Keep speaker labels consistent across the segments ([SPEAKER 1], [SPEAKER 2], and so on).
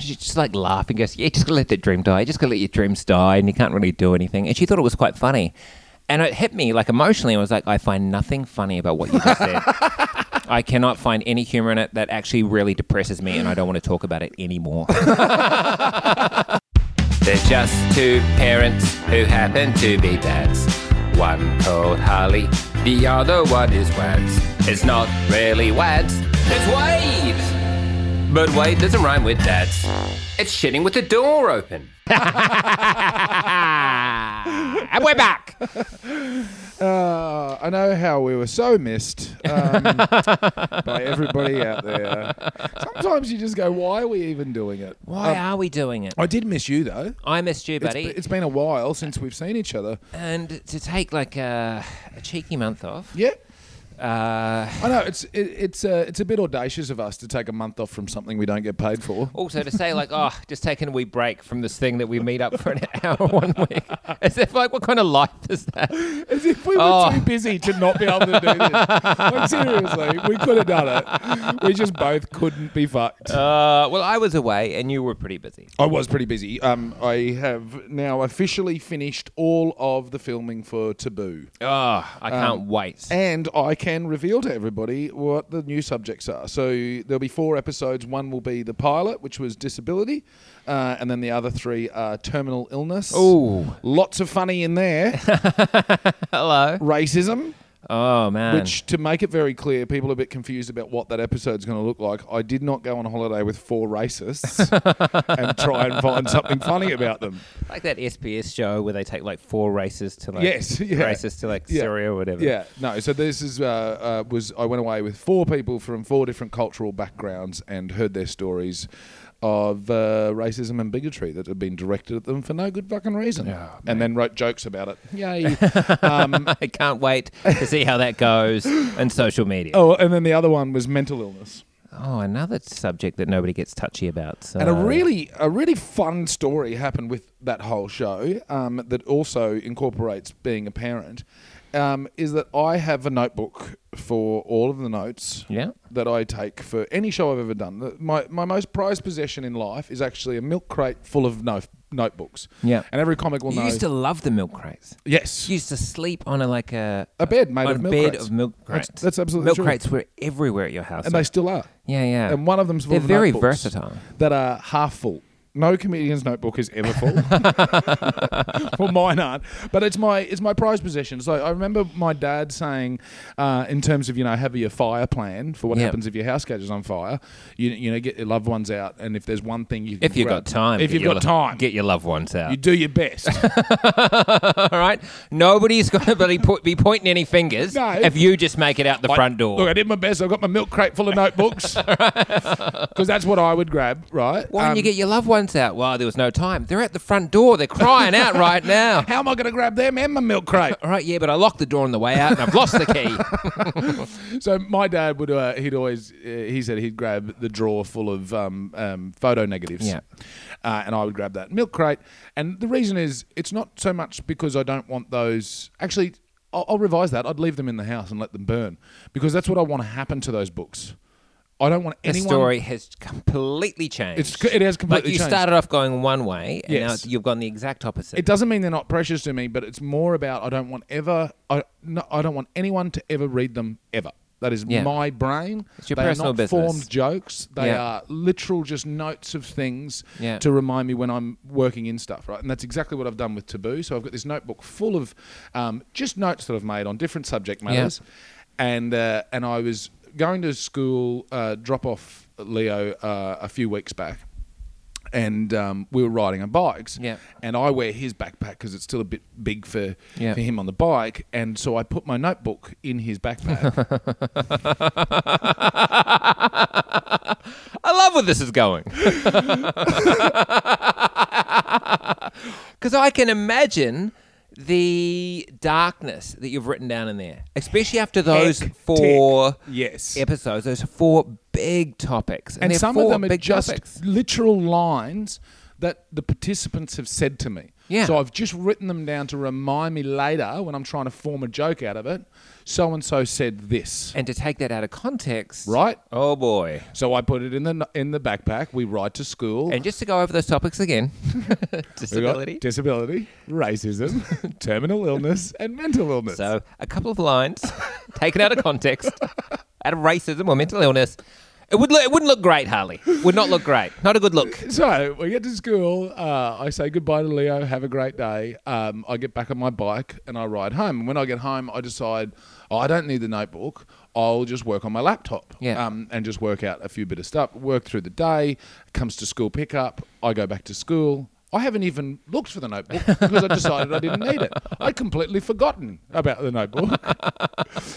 [SPEAKER 1] she's just like laughing, goes, "Yeah, just gotta let that dream die. Just gotta let your dreams die, and you can't really do anything." And she thought it was quite funny, and it hit me like emotionally. I was like, "I find nothing funny about what you just said." I cannot find any humor in it that actually really depresses me, and I don't want to talk about it anymore. They're just two parents who happen to be dads. One called Harley, the other one is Wads. It's not really Wads, it's Wade! But Wade doesn't rhyme with dads. It's shitting with the door open. and we're back!
[SPEAKER 2] Uh, I know how we were so missed um, by everybody out there. Sometimes you just go, why are we even doing it?
[SPEAKER 1] Why
[SPEAKER 2] Um,
[SPEAKER 1] are we doing it?
[SPEAKER 2] I did miss you, though.
[SPEAKER 1] I missed you,
[SPEAKER 2] It's-
[SPEAKER 1] buddy.
[SPEAKER 2] it's been a while since we've seen each other.
[SPEAKER 1] and to take like a, a cheeky month off.
[SPEAKER 2] Yeah.
[SPEAKER 1] Uh,
[SPEAKER 2] I know it's it, it's uh, it's a bit audacious of us to take a month off from something we don't get paid for.
[SPEAKER 1] also to say like, oh, just taking a wee break from this thing that we meet up for an hour one week. As if like, what kind of life is that?
[SPEAKER 2] As if we were
[SPEAKER 1] Oh.
[SPEAKER 2] too busy to not be able to do this. Like, seriously, we could have done it. We just both couldn't be fucked.
[SPEAKER 1] Uh, well, I was away and you were pretty busy.
[SPEAKER 2] I was pretty busy. Um, I have now officially finished all of the filming for Taboo,
[SPEAKER 1] Oh, I can't wait.
[SPEAKER 2] and I can reveal to everybody what the new subjects are. So there'll be four episodes. One will be the pilot, which was disability, uh, and then the other three are terminal illness.
[SPEAKER 1] Ooh.
[SPEAKER 2] lots of funny in there.
[SPEAKER 1] Hello.
[SPEAKER 2] racism.
[SPEAKER 1] Oh man.
[SPEAKER 2] Which, to make it very clear, people are a bit confused about what that episode's going to look like. I did not go on holiday with four racists and try and find something funny about them.
[SPEAKER 1] like that SBS show where they take like four races to like
[SPEAKER 2] Yes, yeah.
[SPEAKER 1] races to like
[SPEAKER 2] Yeah.
[SPEAKER 1] Syria or whatever.
[SPEAKER 2] Yeah, no. So this is uh, uh, was I went away with four people from four different cultural backgrounds and heard their stories of uh, racism and bigotry that had been directed at them for no good fucking reason, and then wrote jokes about it. Yay! um,
[SPEAKER 1] I can't wait to see how that goes in social media.
[SPEAKER 2] oh, and then the other one was mental illness.
[SPEAKER 1] Oh, another subject that nobody gets touchy about. So.
[SPEAKER 2] And a really, a really fun story happened with that whole show um, that also incorporates being a parent. Um, is that I have a notebook for all of the notes
[SPEAKER 1] Yeah.
[SPEAKER 2] that I take for any show I've ever done. The- My, my most prized possession in life is actually a milk crate full of no- notebooks.
[SPEAKER 1] Yeah.
[SPEAKER 2] and every comic will
[SPEAKER 1] You
[SPEAKER 2] know.
[SPEAKER 1] used to love the milk crates.
[SPEAKER 2] yes,
[SPEAKER 1] You used to sleep on a like a
[SPEAKER 2] A bed made
[SPEAKER 1] on
[SPEAKER 2] of
[SPEAKER 1] a
[SPEAKER 2] milk
[SPEAKER 1] bed
[SPEAKER 2] crates.
[SPEAKER 1] of milk
[SPEAKER 2] That's-
[SPEAKER 1] crates.
[SPEAKER 2] that's absolutely
[SPEAKER 1] milk
[SPEAKER 2] true.
[SPEAKER 1] crates were everywhere at your house.
[SPEAKER 2] and they still are.
[SPEAKER 1] yeah, yeah.
[SPEAKER 2] And one of them's full
[SPEAKER 1] They're
[SPEAKER 2] of
[SPEAKER 1] very
[SPEAKER 2] notebooks
[SPEAKER 1] versatile.
[SPEAKER 2] That are half full. No comedian's notebook is ever full. well, mine aren't, but it's my it's my prized possession. So I remember my dad saying, uh, in terms of you know having your fire plan for what
[SPEAKER 1] Yeah.
[SPEAKER 2] happens if your house catches on fire, you you know get your loved ones out, and if there's one thing you can
[SPEAKER 1] if you've
[SPEAKER 2] grab-
[SPEAKER 1] got time,
[SPEAKER 2] if
[SPEAKER 1] get
[SPEAKER 2] you've
[SPEAKER 1] your
[SPEAKER 2] got
[SPEAKER 1] lo-
[SPEAKER 2] time,
[SPEAKER 1] get your loved ones out.
[SPEAKER 2] you do your best.
[SPEAKER 1] All right, nobody's going to be, po- be pointing any fingers
[SPEAKER 2] No.
[SPEAKER 1] if you just make it out the front door.
[SPEAKER 2] Look, I did my best. I've got my milk crate full of notebooks because that's what I would grab, right?
[SPEAKER 1] Why
[SPEAKER 2] Um,
[SPEAKER 1] didn't you get your loved ones out? Well, there was no time. They're at the front door. They're crying out right now.
[SPEAKER 2] How am I going to grab them and my milk crate?
[SPEAKER 1] All right, yeah, but I locked the door on the way out and I've lost the key.
[SPEAKER 2] So my dad would uh, he'd always uh, he said he'd grab the drawer full of um, um, photo negatives,
[SPEAKER 1] Yeah.
[SPEAKER 2] uh, and I would grab that milk crate. And the reason is it's not so much because I don't want those. Actually, I'll, I'll revise that. I'd leave them in the house and let them burn because that's what I want to happen to those books. I don't want
[SPEAKER 1] the
[SPEAKER 2] anyone.
[SPEAKER 1] story has completely changed.
[SPEAKER 2] It's- it has completely
[SPEAKER 1] like you
[SPEAKER 2] changed.
[SPEAKER 1] started off going one way, and
[SPEAKER 2] Yes.
[SPEAKER 1] now you've gone the exact opposite.
[SPEAKER 2] It doesn't mean they're not precious to me, but it's more about I don't want ever. I no, I don't want anyone to ever read them ever. That is
[SPEAKER 1] Yeah.
[SPEAKER 2] my brain.
[SPEAKER 1] It's your
[SPEAKER 2] they
[SPEAKER 1] personal
[SPEAKER 2] are not
[SPEAKER 1] business.
[SPEAKER 2] formed jokes. They
[SPEAKER 1] Yeah.
[SPEAKER 2] are literal just notes of things
[SPEAKER 1] Yeah.
[SPEAKER 2] to remind me when I'm working in stuff, right? And that's exactly what I've done with Taboo. So I've got this notebook full of um, just notes that I've made on different subject matters, and uh, and I was going to school uh, drop off Leo uh, a few weeks back. And um, we were riding on bikes,
[SPEAKER 1] Yeah.
[SPEAKER 2] and I wear his backpack because it's still a bit big for,
[SPEAKER 1] Yeah.
[SPEAKER 2] for him on the bike. And so I put my notebook in his backpack.
[SPEAKER 1] I love where this is going. Because I can imagine the darkness that you've written down in there, especially after those
[SPEAKER 2] Hectic.
[SPEAKER 1] four
[SPEAKER 2] Yes.
[SPEAKER 1] episodes, those four big topics.
[SPEAKER 2] and
[SPEAKER 1] they're
[SPEAKER 2] some of
[SPEAKER 1] four
[SPEAKER 2] them are
[SPEAKER 1] big
[SPEAKER 2] just
[SPEAKER 1] topics.
[SPEAKER 2] literal lines that the participants have said to me.
[SPEAKER 1] Yeah.
[SPEAKER 2] So I've just written them down to remind me later when I'm trying to form a joke out of it. So and so said this.
[SPEAKER 1] And to take that out of context.
[SPEAKER 2] Right.
[SPEAKER 1] Oh boy.
[SPEAKER 2] So I put it in the in the backpack. We ride to school.
[SPEAKER 1] And just to go over those topics again
[SPEAKER 2] We got
[SPEAKER 1] disability.
[SPEAKER 2] disability, racism, terminal illness, and mental illness.
[SPEAKER 1] So a couple of lines taken out of context, out of racism or mental illness. It would look, it wouldn't look great, Harley. Would not look great. Not a good look.
[SPEAKER 2] So we get to school. Uh, I say goodbye to Leo. Have a great day. Um, I get back on my bike and I ride home. When I get home, I decide oh, I don't need the notebook. I'll just work on my laptop
[SPEAKER 1] Yeah.
[SPEAKER 2] um, and just work out a few bit of stuff. Work through the day. Comes to school pickup. I go back to school. I haven't even looked for the notebook because I decided I didn't need it. I'd completely forgotten about the notebook.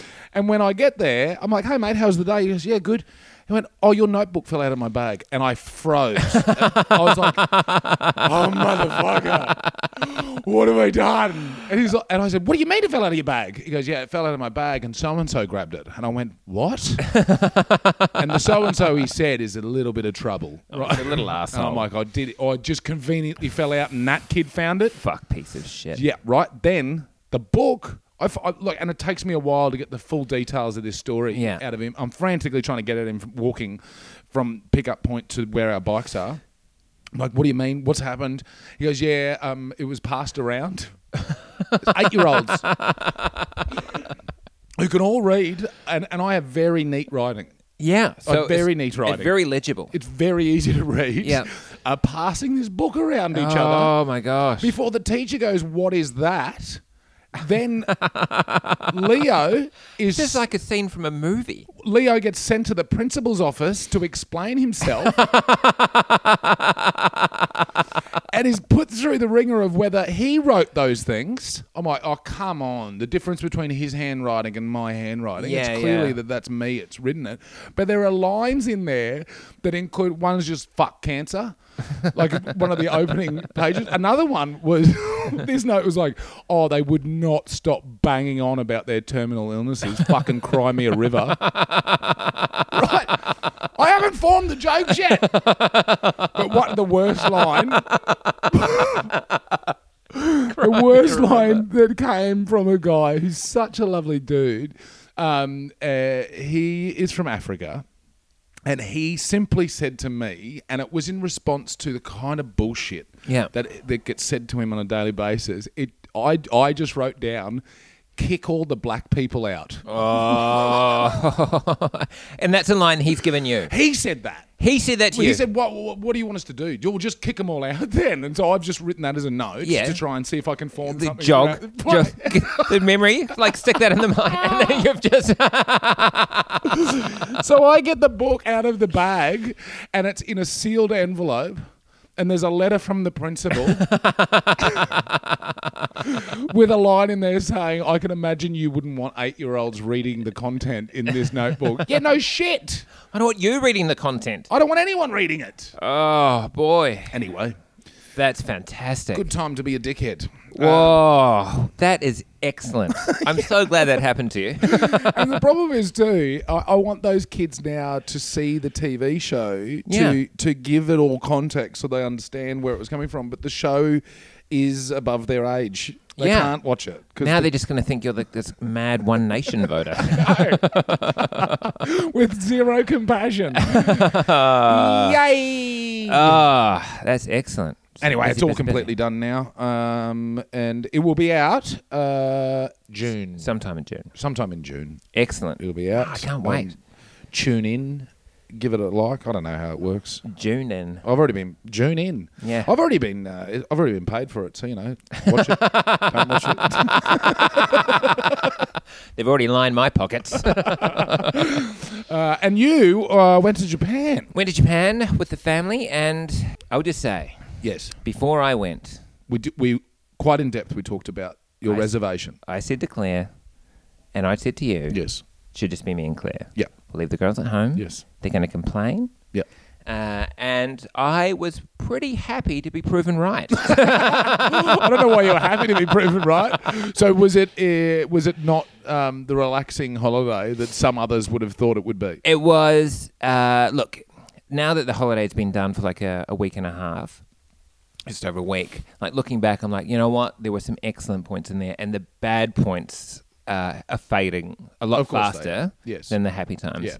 [SPEAKER 2] And when I get there, I'm like, hey, mate, how's the day? He goes, yeah, good. He went, oh, your notebook fell out of my bag. And I froze. I was like, oh, motherfucker, what have I done? And, he's like, and I said, what do you mean it fell out of your bag? He goes, yeah, it fell out of my bag and so-and-so grabbed it. And I went, what? and the so-and-so he said is a little bit of trouble.
[SPEAKER 1] Right. A little asshole.
[SPEAKER 2] And I'm like, I did it. Or I just conveniently fell out and that kid found it.
[SPEAKER 1] Fuck piece of shit.
[SPEAKER 2] Yeah, right. Then the book. I, f- I- look, and it takes me a while to get the full details of this story
[SPEAKER 1] Yeah.
[SPEAKER 2] out of him. I'm frantically trying to get at him from walking from pickup point to where our bikes are. I'm like, what do you mean? What's happened? He goes, yeah, um, it was passed around. Eight year olds who can all read, and, and I have very neat writing.
[SPEAKER 1] Yeah. So
[SPEAKER 2] very
[SPEAKER 1] it's-
[SPEAKER 2] neat
[SPEAKER 1] it's
[SPEAKER 2] writing.
[SPEAKER 1] Very legible.
[SPEAKER 2] It's very easy to read.
[SPEAKER 1] Yeah.
[SPEAKER 2] Are passing this book around each other.
[SPEAKER 1] oh my gosh.
[SPEAKER 2] Before the teacher goes, "What is that?" Then Leo is
[SPEAKER 1] This is like a scene from a movie.
[SPEAKER 2] Leo gets sent to the principal's office to explain himself, and is put through the ringer of whether he wrote those things. I'm like, "Oh, come on!" The difference between his handwriting and my handwriting—it's
[SPEAKER 1] Yeah,
[SPEAKER 2] clearly
[SPEAKER 1] yeah.
[SPEAKER 2] that that's me. It's written it, but there are lines in there that include one's just "fuck cancer." like one of the opening pages. Another one was this note was like, oh, they would not stop banging on about their terminal illnesses. Fucking cry me a river. right. I haven't formed the joke yet. But what the worst line? the worst line that came from a guy who's such a lovely dude. Um, uh, he is from Africa. And he simply said to me, and it was in response to the kind of bullshit
[SPEAKER 1] Yeah.
[SPEAKER 2] that that gets said to him on a daily basis. It, I, I just wrote down, kick all the black people out.
[SPEAKER 1] Oh. and that's a line he's given you.
[SPEAKER 2] He said that.
[SPEAKER 1] He said that to
[SPEAKER 2] Well,
[SPEAKER 1] you.
[SPEAKER 2] he said, what, what, what do you want us to do? You'll just kick them all out then. And so I've just written that as a note
[SPEAKER 1] Yeah.
[SPEAKER 2] to try and see if I can form
[SPEAKER 1] the
[SPEAKER 2] something.
[SPEAKER 1] jog,
[SPEAKER 2] about-
[SPEAKER 1] jog the memory, like stick that in the mind, and then you've just
[SPEAKER 2] so I get the book out of the bag, and it's in a sealed envelope. And there's a letter from the principal with a line in there saying, I can imagine you wouldn't want eight year olds reading the content in this notebook. yeah, no shit.
[SPEAKER 1] I don't want you reading the content.
[SPEAKER 2] I don't want anyone reading it.
[SPEAKER 1] Oh boy,
[SPEAKER 2] Anyway,
[SPEAKER 1] that's fantastic.
[SPEAKER 2] good time to be a dickhead.
[SPEAKER 1] uh, Whoa, that is excellent. I'm so glad that happened to you.
[SPEAKER 2] and the problem is too, I, I want those kids now to see the TV show to
[SPEAKER 1] Yeah.
[SPEAKER 2] to give it all context so they understand where it was coming from. But the show is above their age; they
[SPEAKER 1] Yeah.
[SPEAKER 2] can't watch it. 'cause
[SPEAKER 1] now
[SPEAKER 2] the-
[SPEAKER 1] they're just going to think you're the, this mad One Nation voter.
[SPEAKER 2] with zero compassion. Yay!
[SPEAKER 1] Ah, that's excellent.
[SPEAKER 2] anyway,
[SPEAKER 1] Busy,
[SPEAKER 2] it's all
[SPEAKER 1] busy, busy.
[SPEAKER 2] completely done now, um, and it will be out uh, June,
[SPEAKER 1] Sometime in June.
[SPEAKER 2] sometime in June.
[SPEAKER 1] Excellent.
[SPEAKER 2] It'll be out.
[SPEAKER 1] Ah,
[SPEAKER 2] Um,
[SPEAKER 1] I can't wait.
[SPEAKER 2] tune in, give it a like. I don't know how it works.
[SPEAKER 1] June in.
[SPEAKER 2] I've already been June in.
[SPEAKER 1] Yeah.
[SPEAKER 2] I've already been. Uh, I've already been paid for it. So you know, watch it. Don't watch it.
[SPEAKER 1] They've already lined my pockets.
[SPEAKER 2] Uh, and you uh, went to Japan.
[SPEAKER 1] Went to Japan with the family, and I would just say,
[SPEAKER 2] Yes,
[SPEAKER 1] before I went,
[SPEAKER 2] we d we quite in depth. We talked about your
[SPEAKER 1] I-
[SPEAKER 2] reservation.
[SPEAKER 1] I said to Claire, and I said to you,
[SPEAKER 2] Yes.
[SPEAKER 1] should just be me and Claire.
[SPEAKER 2] Yeah.
[SPEAKER 1] We'll leave the girls at home.
[SPEAKER 2] Yes.
[SPEAKER 1] They're going to complain.
[SPEAKER 2] Yeah.
[SPEAKER 1] Uh, and I was pretty happy to be proven right.
[SPEAKER 2] I don't know why you're happy to be proven right. So was it uh, was it not um, the relaxing holiday that some others would have thought it would be?
[SPEAKER 1] it was, uh, look, now that the holiday's been done for like a, a week and a half, just over a week. Like looking back, I'm like, you know what? There were some excellent points in there, and the bad points uh, are fading a lot
[SPEAKER 2] Of course they
[SPEAKER 1] faster
[SPEAKER 2] are. Yes.
[SPEAKER 1] than the happy times.
[SPEAKER 2] Yeah.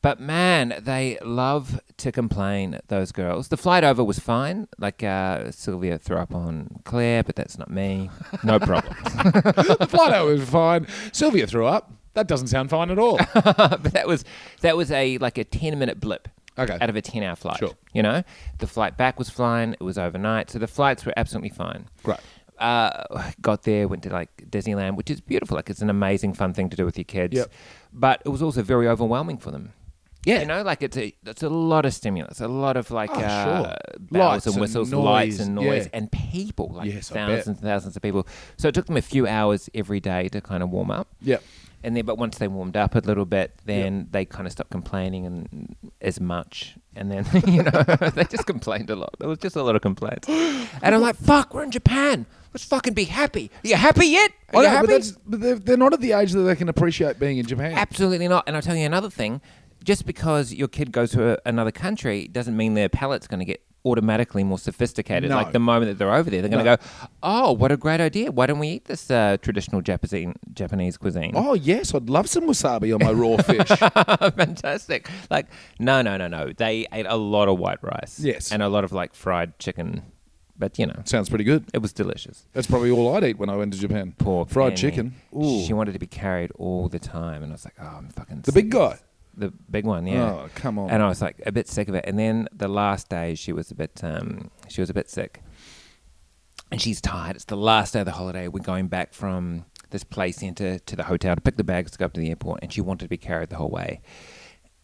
[SPEAKER 1] But man, they love to complain. Those girls. The flight over was fine. Like uh, Sylvia threw up on Claire, but that's not me. No problem.
[SPEAKER 2] the flight out was fine. Sylvia threw up. That doesn't sound fine at all.
[SPEAKER 1] but that was that was a like a ten minute blip.
[SPEAKER 2] Okay.
[SPEAKER 1] Out of a ten hour flight.
[SPEAKER 2] Sure.
[SPEAKER 1] You know? The flight back was flying, it was overnight. So the flights were absolutely fine.
[SPEAKER 2] Great.
[SPEAKER 1] Uh, got there, went to like Disneyland, which is beautiful. Like it's an amazing fun thing to do with your kids.
[SPEAKER 2] Yep.
[SPEAKER 1] But it was also very overwhelming for them.
[SPEAKER 2] Yeah.
[SPEAKER 1] You know, like it's a it's a lot of stimulus, a lot of like
[SPEAKER 2] Oh,
[SPEAKER 1] uh,
[SPEAKER 2] sure.
[SPEAKER 1] bells
[SPEAKER 2] Lights
[SPEAKER 1] and
[SPEAKER 2] and
[SPEAKER 1] whistles,
[SPEAKER 2] noise,
[SPEAKER 1] lights and noise,
[SPEAKER 2] yeah.
[SPEAKER 1] and people, like
[SPEAKER 2] Yes, I bet.
[SPEAKER 1] thousands and thousands of people. So it took them a few hours every day to kind of warm up.
[SPEAKER 2] Yep.
[SPEAKER 1] And then, but once they warmed up a little bit, then they kind of stopped complaining and as much. And then, you know, they just complained a lot. There was just a lot of complaints. And I'm like, fuck, we're in Japan. Let's fucking be happy. Are you happy yet? Are
[SPEAKER 2] I
[SPEAKER 1] you
[SPEAKER 2] know,
[SPEAKER 1] happy?
[SPEAKER 2] Oh, but, that's, but they're, they're not at the age that they can appreciate being in Japan.
[SPEAKER 1] Absolutely not. And I'll tell you another thing just because your kid goes to a, another country doesn't mean their palate's going to get automatically more sophisticated.
[SPEAKER 2] No.
[SPEAKER 1] Like the moment that they're over there, they're going to
[SPEAKER 2] No.
[SPEAKER 1] go, oh, what a great idea. Why don't we eat this uh, traditional Japanese, Japanese cuisine?
[SPEAKER 2] oh yes, I'd love some wasabi on my raw fish.
[SPEAKER 1] Fantastic. Like, no, no, no, no. They ate a lot of white rice.
[SPEAKER 2] Yes.
[SPEAKER 1] And a lot of like fried chicken. But, you know,
[SPEAKER 2] Sounds pretty good.
[SPEAKER 1] it was delicious.
[SPEAKER 2] That's probably all I'd eat when I went to Japan.
[SPEAKER 1] Poor
[SPEAKER 2] fried
[SPEAKER 1] Penny.
[SPEAKER 2] chicken.
[SPEAKER 1] She wanted to be carried all the time. And I was like, oh, I'm fucking
[SPEAKER 2] The
[SPEAKER 1] sick
[SPEAKER 2] big
[SPEAKER 1] of
[SPEAKER 2] guy.
[SPEAKER 1] this." The big one, yeah.
[SPEAKER 2] Oh, come on.
[SPEAKER 1] And I was like a bit sick of it. And then the last day, she was a bit, um, she was a bit sick. And she's tired. It's the last day of the holiday. We're going back from this play center to the hotel to pick the bags to go up to the airport. And she wanted to be carried the whole way.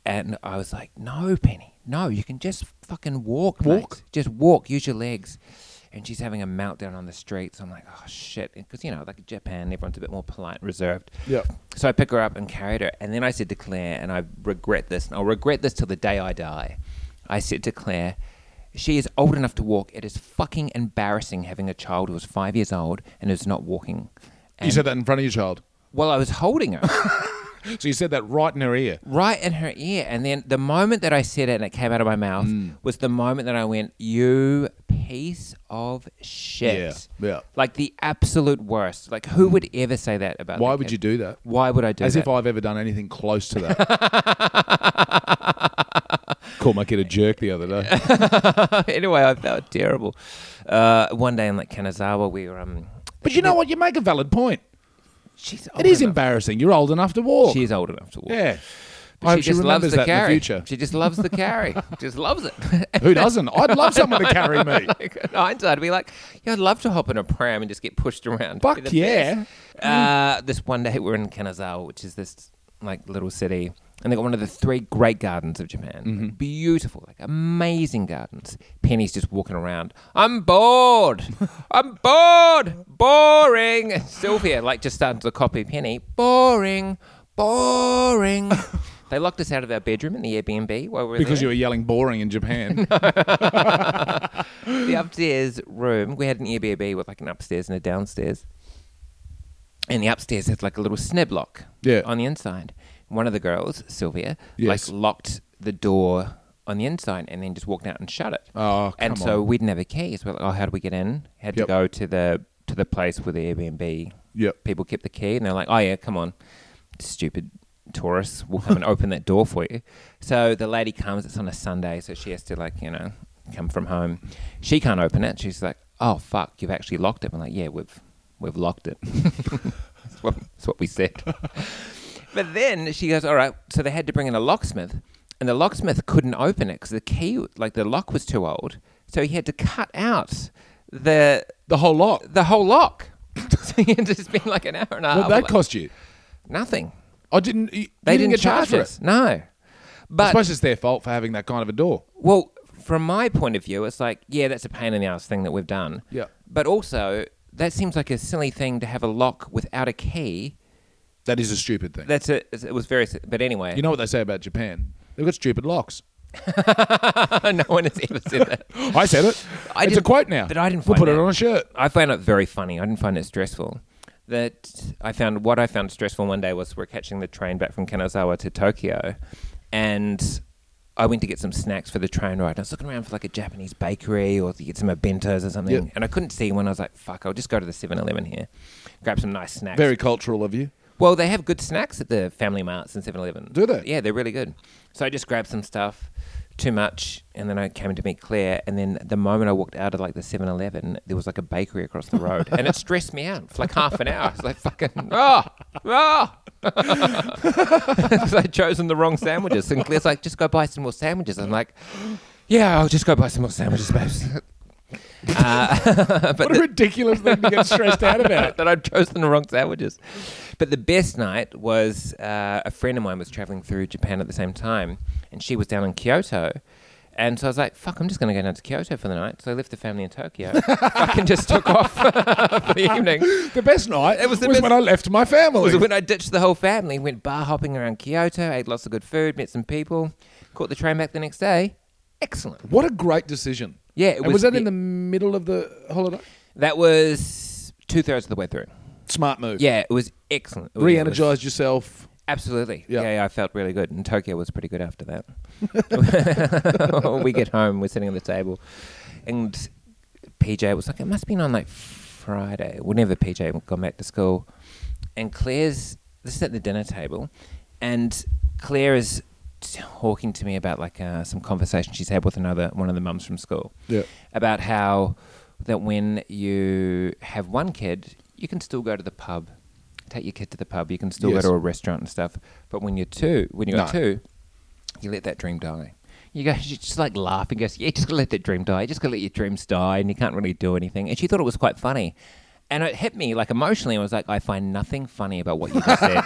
[SPEAKER 1] And I was like, no, Penny, no, you can just fucking walk,
[SPEAKER 2] Walk?
[SPEAKER 1] mate. Just walk, use your legs. And she's having a meltdown on the streets. I'm like, oh shit, because you know, like Japan, everyone's a bit more polite, and reserved.
[SPEAKER 2] Yep.
[SPEAKER 1] So I pick her up and carried her, and then I said to Claire, and I regret this, and I'll regret this till the day I die. I said to Claire, she is old enough to walk. It is fucking embarrassing having a child who is five years old and is not walking.
[SPEAKER 2] You
[SPEAKER 1] And
[SPEAKER 2] said that in front of your child.
[SPEAKER 1] well, I was holding her.
[SPEAKER 2] So you said that right in her ear.
[SPEAKER 1] right in her ear. And then the moment that I said it and it came out of my mouth
[SPEAKER 2] Mm.
[SPEAKER 1] was the moment that I went, "You piece of shit!"
[SPEAKER 2] Yeah, yeah.
[SPEAKER 1] Like the absolute worst. Like who would ever say that about?
[SPEAKER 2] Why
[SPEAKER 1] their
[SPEAKER 2] would
[SPEAKER 1] kid?
[SPEAKER 2] you do that?
[SPEAKER 1] Why would I do
[SPEAKER 2] As
[SPEAKER 1] that?
[SPEAKER 2] if I've ever done anything close to that. Called my kid a jerk the other day.
[SPEAKER 1] anyway, I felt terrible. Uh, one day in like Kanazawa, we were. Um,
[SPEAKER 2] But you know what? You make a valid point.
[SPEAKER 1] she's old
[SPEAKER 2] It is
[SPEAKER 1] enough.
[SPEAKER 2] embarrassing. You're old enough to walk.
[SPEAKER 1] She is old enough to walk.
[SPEAKER 2] yeah.
[SPEAKER 1] But Oh, she, just loves
[SPEAKER 2] remembers
[SPEAKER 1] the
[SPEAKER 2] that in
[SPEAKER 1] carry.
[SPEAKER 2] the future.
[SPEAKER 1] She just loves the carry. just loves it.
[SPEAKER 2] Who doesn't? I'd love someone to carry me.
[SPEAKER 1] like in hindsight, I'd be like, yeah, I'd love to hop in a pram and just get pushed around.
[SPEAKER 2] Fuck
[SPEAKER 1] It'd be the
[SPEAKER 2] yeah.
[SPEAKER 1] best. Uh, this one day we're in Kanazawa, which is this like little city, and they got one of the three great gardens of Japan.
[SPEAKER 2] Mm-hmm.
[SPEAKER 1] Like, beautiful, like amazing gardens. Penny's just walking around. I'm bored. I'm bored. Boring. Sylvia like just starting to copy Penny. Boring. Boring. they locked us out of our bedroom in the Airbnb while we were
[SPEAKER 2] Because
[SPEAKER 1] there
[SPEAKER 2] you were yelling boring in Japan.
[SPEAKER 1] the upstairs room, we had an Airbnb with like an upstairs and a downstairs. And the upstairs had like a little snib lock
[SPEAKER 2] Yeah.
[SPEAKER 1] on the inside. One of the girls, Sylvia,
[SPEAKER 2] Yes.
[SPEAKER 1] like locked the door on the inside and then just walked out and shut it.
[SPEAKER 2] Oh, come
[SPEAKER 1] and so
[SPEAKER 2] on.
[SPEAKER 1] we didn't have a key. So we're like, oh, how do we get in? Had
[SPEAKER 2] Yep.
[SPEAKER 1] to go to the to the place where the Airbnb
[SPEAKER 2] Yep.
[SPEAKER 1] people kept the key and they're like, oh yeah, come on, stupid tourists, we'll come and open that door for you. So the lady comes, it's on a Sunday, so she has to like, you know, come from home. She can't open it. She's like, oh fuck, you've actually locked it. I'm like, yeah, we've we've locked it. that's, what, that's what we said. but then she goes, all right, so they had to bring in a locksmith and the locksmith couldn't open it because the key, like the lock was too old. So he had to cut out the
[SPEAKER 2] the whole lot.
[SPEAKER 1] the whole lock. so you had to spend like an hour and a half.
[SPEAKER 2] What that
[SPEAKER 1] Ah, like,
[SPEAKER 2] cost you?
[SPEAKER 1] Nothing.
[SPEAKER 2] I didn't. You,
[SPEAKER 1] They
[SPEAKER 2] you
[SPEAKER 1] didn't,
[SPEAKER 2] get charged
[SPEAKER 1] charge
[SPEAKER 2] for
[SPEAKER 1] us.
[SPEAKER 2] it.
[SPEAKER 1] No.
[SPEAKER 2] I
[SPEAKER 1] But
[SPEAKER 2] suppose it's their fault for having that kind of a door.
[SPEAKER 1] well, from my point of view, it's like yeah, that's a pain in the ass thing that we've done.
[SPEAKER 2] Yeah.
[SPEAKER 1] But also, that seems like a silly thing to have a lock without a key.
[SPEAKER 2] That is a stupid thing.
[SPEAKER 1] That's a, it was very. si- But anyway,
[SPEAKER 2] you know what they say about Japan? They've got stupid locks.
[SPEAKER 1] no one has ever said that.
[SPEAKER 2] I said it.
[SPEAKER 1] I
[SPEAKER 2] it's a
[SPEAKER 1] didn't-
[SPEAKER 2] quote now.
[SPEAKER 1] but I didn't
[SPEAKER 2] We'll
[SPEAKER 1] find
[SPEAKER 2] put it
[SPEAKER 1] out.
[SPEAKER 2] on a shirt.
[SPEAKER 1] I found it very funny. I didn't find it stressful. That I found what I found stressful one day was we're catching the train back from Kanazawa to Tokyo, and I went to get some snacks for the train ride. And I was looking around for like a Japanese bakery or to get some bentos or something.
[SPEAKER 2] Yep.
[SPEAKER 1] And I couldn't see one. I was like, fuck, I'll just go to the 7 Eleven here, grab some nice snacks.
[SPEAKER 2] Very cultural of you.
[SPEAKER 1] Well, they have good snacks at the Family Marts and 7 Eleven.
[SPEAKER 2] Do they?
[SPEAKER 1] Yeah, they're really good. So I just grabbed some stuff, too much, and then I came to meet Claire. And then the moment I walked out of like the 7 Eleven, there was like a bakery across the road. and it stressed me out for like half an hour. I was like, fucking, oh, oh. so I'd chosen the wrong sandwiches. And Claire's like, just go buy some more sandwiches. I'm like, yeah, I'll just go buy some more sandwiches, babes. Uh,
[SPEAKER 2] what a ridiculous thing to get stressed out about.
[SPEAKER 1] that I'd chosen the wrong sandwiches. But the best night was uh, a friend of mine was traveling through Japan at the same time, and she was down in Kyoto. And so I was like, fuck, I'm just going to go down to Kyoto for the night. So I left the family in Tokyo. Fucking just took off for the evening. It
[SPEAKER 2] The best night
[SPEAKER 1] It was
[SPEAKER 2] was,
[SPEAKER 1] the best-
[SPEAKER 2] when I left my
[SPEAKER 1] was
[SPEAKER 2] family.
[SPEAKER 1] when I ditched the whole family, went bar hopping around Kyoto, ate lots of good food, met some people, caught the train back the next day. Excellent.
[SPEAKER 2] What a great decision.
[SPEAKER 1] Yeah, it
[SPEAKER 2] And
[SPEAKER 1] was
[SPEAKER 2] was, that in
[SPEAKER 1] the-
[SPEAKER 2] the middle of the holiday?
[SPEAKER 1] That was two thirds of the way through.
[SPEAKER 2] Smart move.
[SPEAKER 1] Yeah, it was excellent. It was- it was-
[SPEAKER 2] Re-energized yourself.
[SPEAKER 1] Absolutely.
[SPEAKER 2] Yeah.
[SPEAKER 1] Yeah. yeah, I felt really good. And Tokyo was pretty good after that. we get home, we're sitting at the table. And PJ was like, it must have been on like Friday, whenever PJ gone back to school. And Claire's, this is at the dinner table. And Claire is talking to me about like uh, some conversation she's had with another one of the mums from school
[SPEAKER 2] Yeah.
[SPEAKER 1] about how that when you have one kid, you can still go to the pub, take your kid to the pub, you can still
[SPEAKER 2] Yes.
[SPEAKER 1] go to a restaurant and stuff. But when you're two, when you're
[SPEAKER 2] No.
[SPEAKER 1] two, you let that dream die. You go, she just like laugh and goes, yeah, just gotta let that dream die. You just gotta let your dreams die, and you can't really do anything. And she thought it was quite funny, and it hit me like emotionally. I was like, I find nothing funny about what you just said.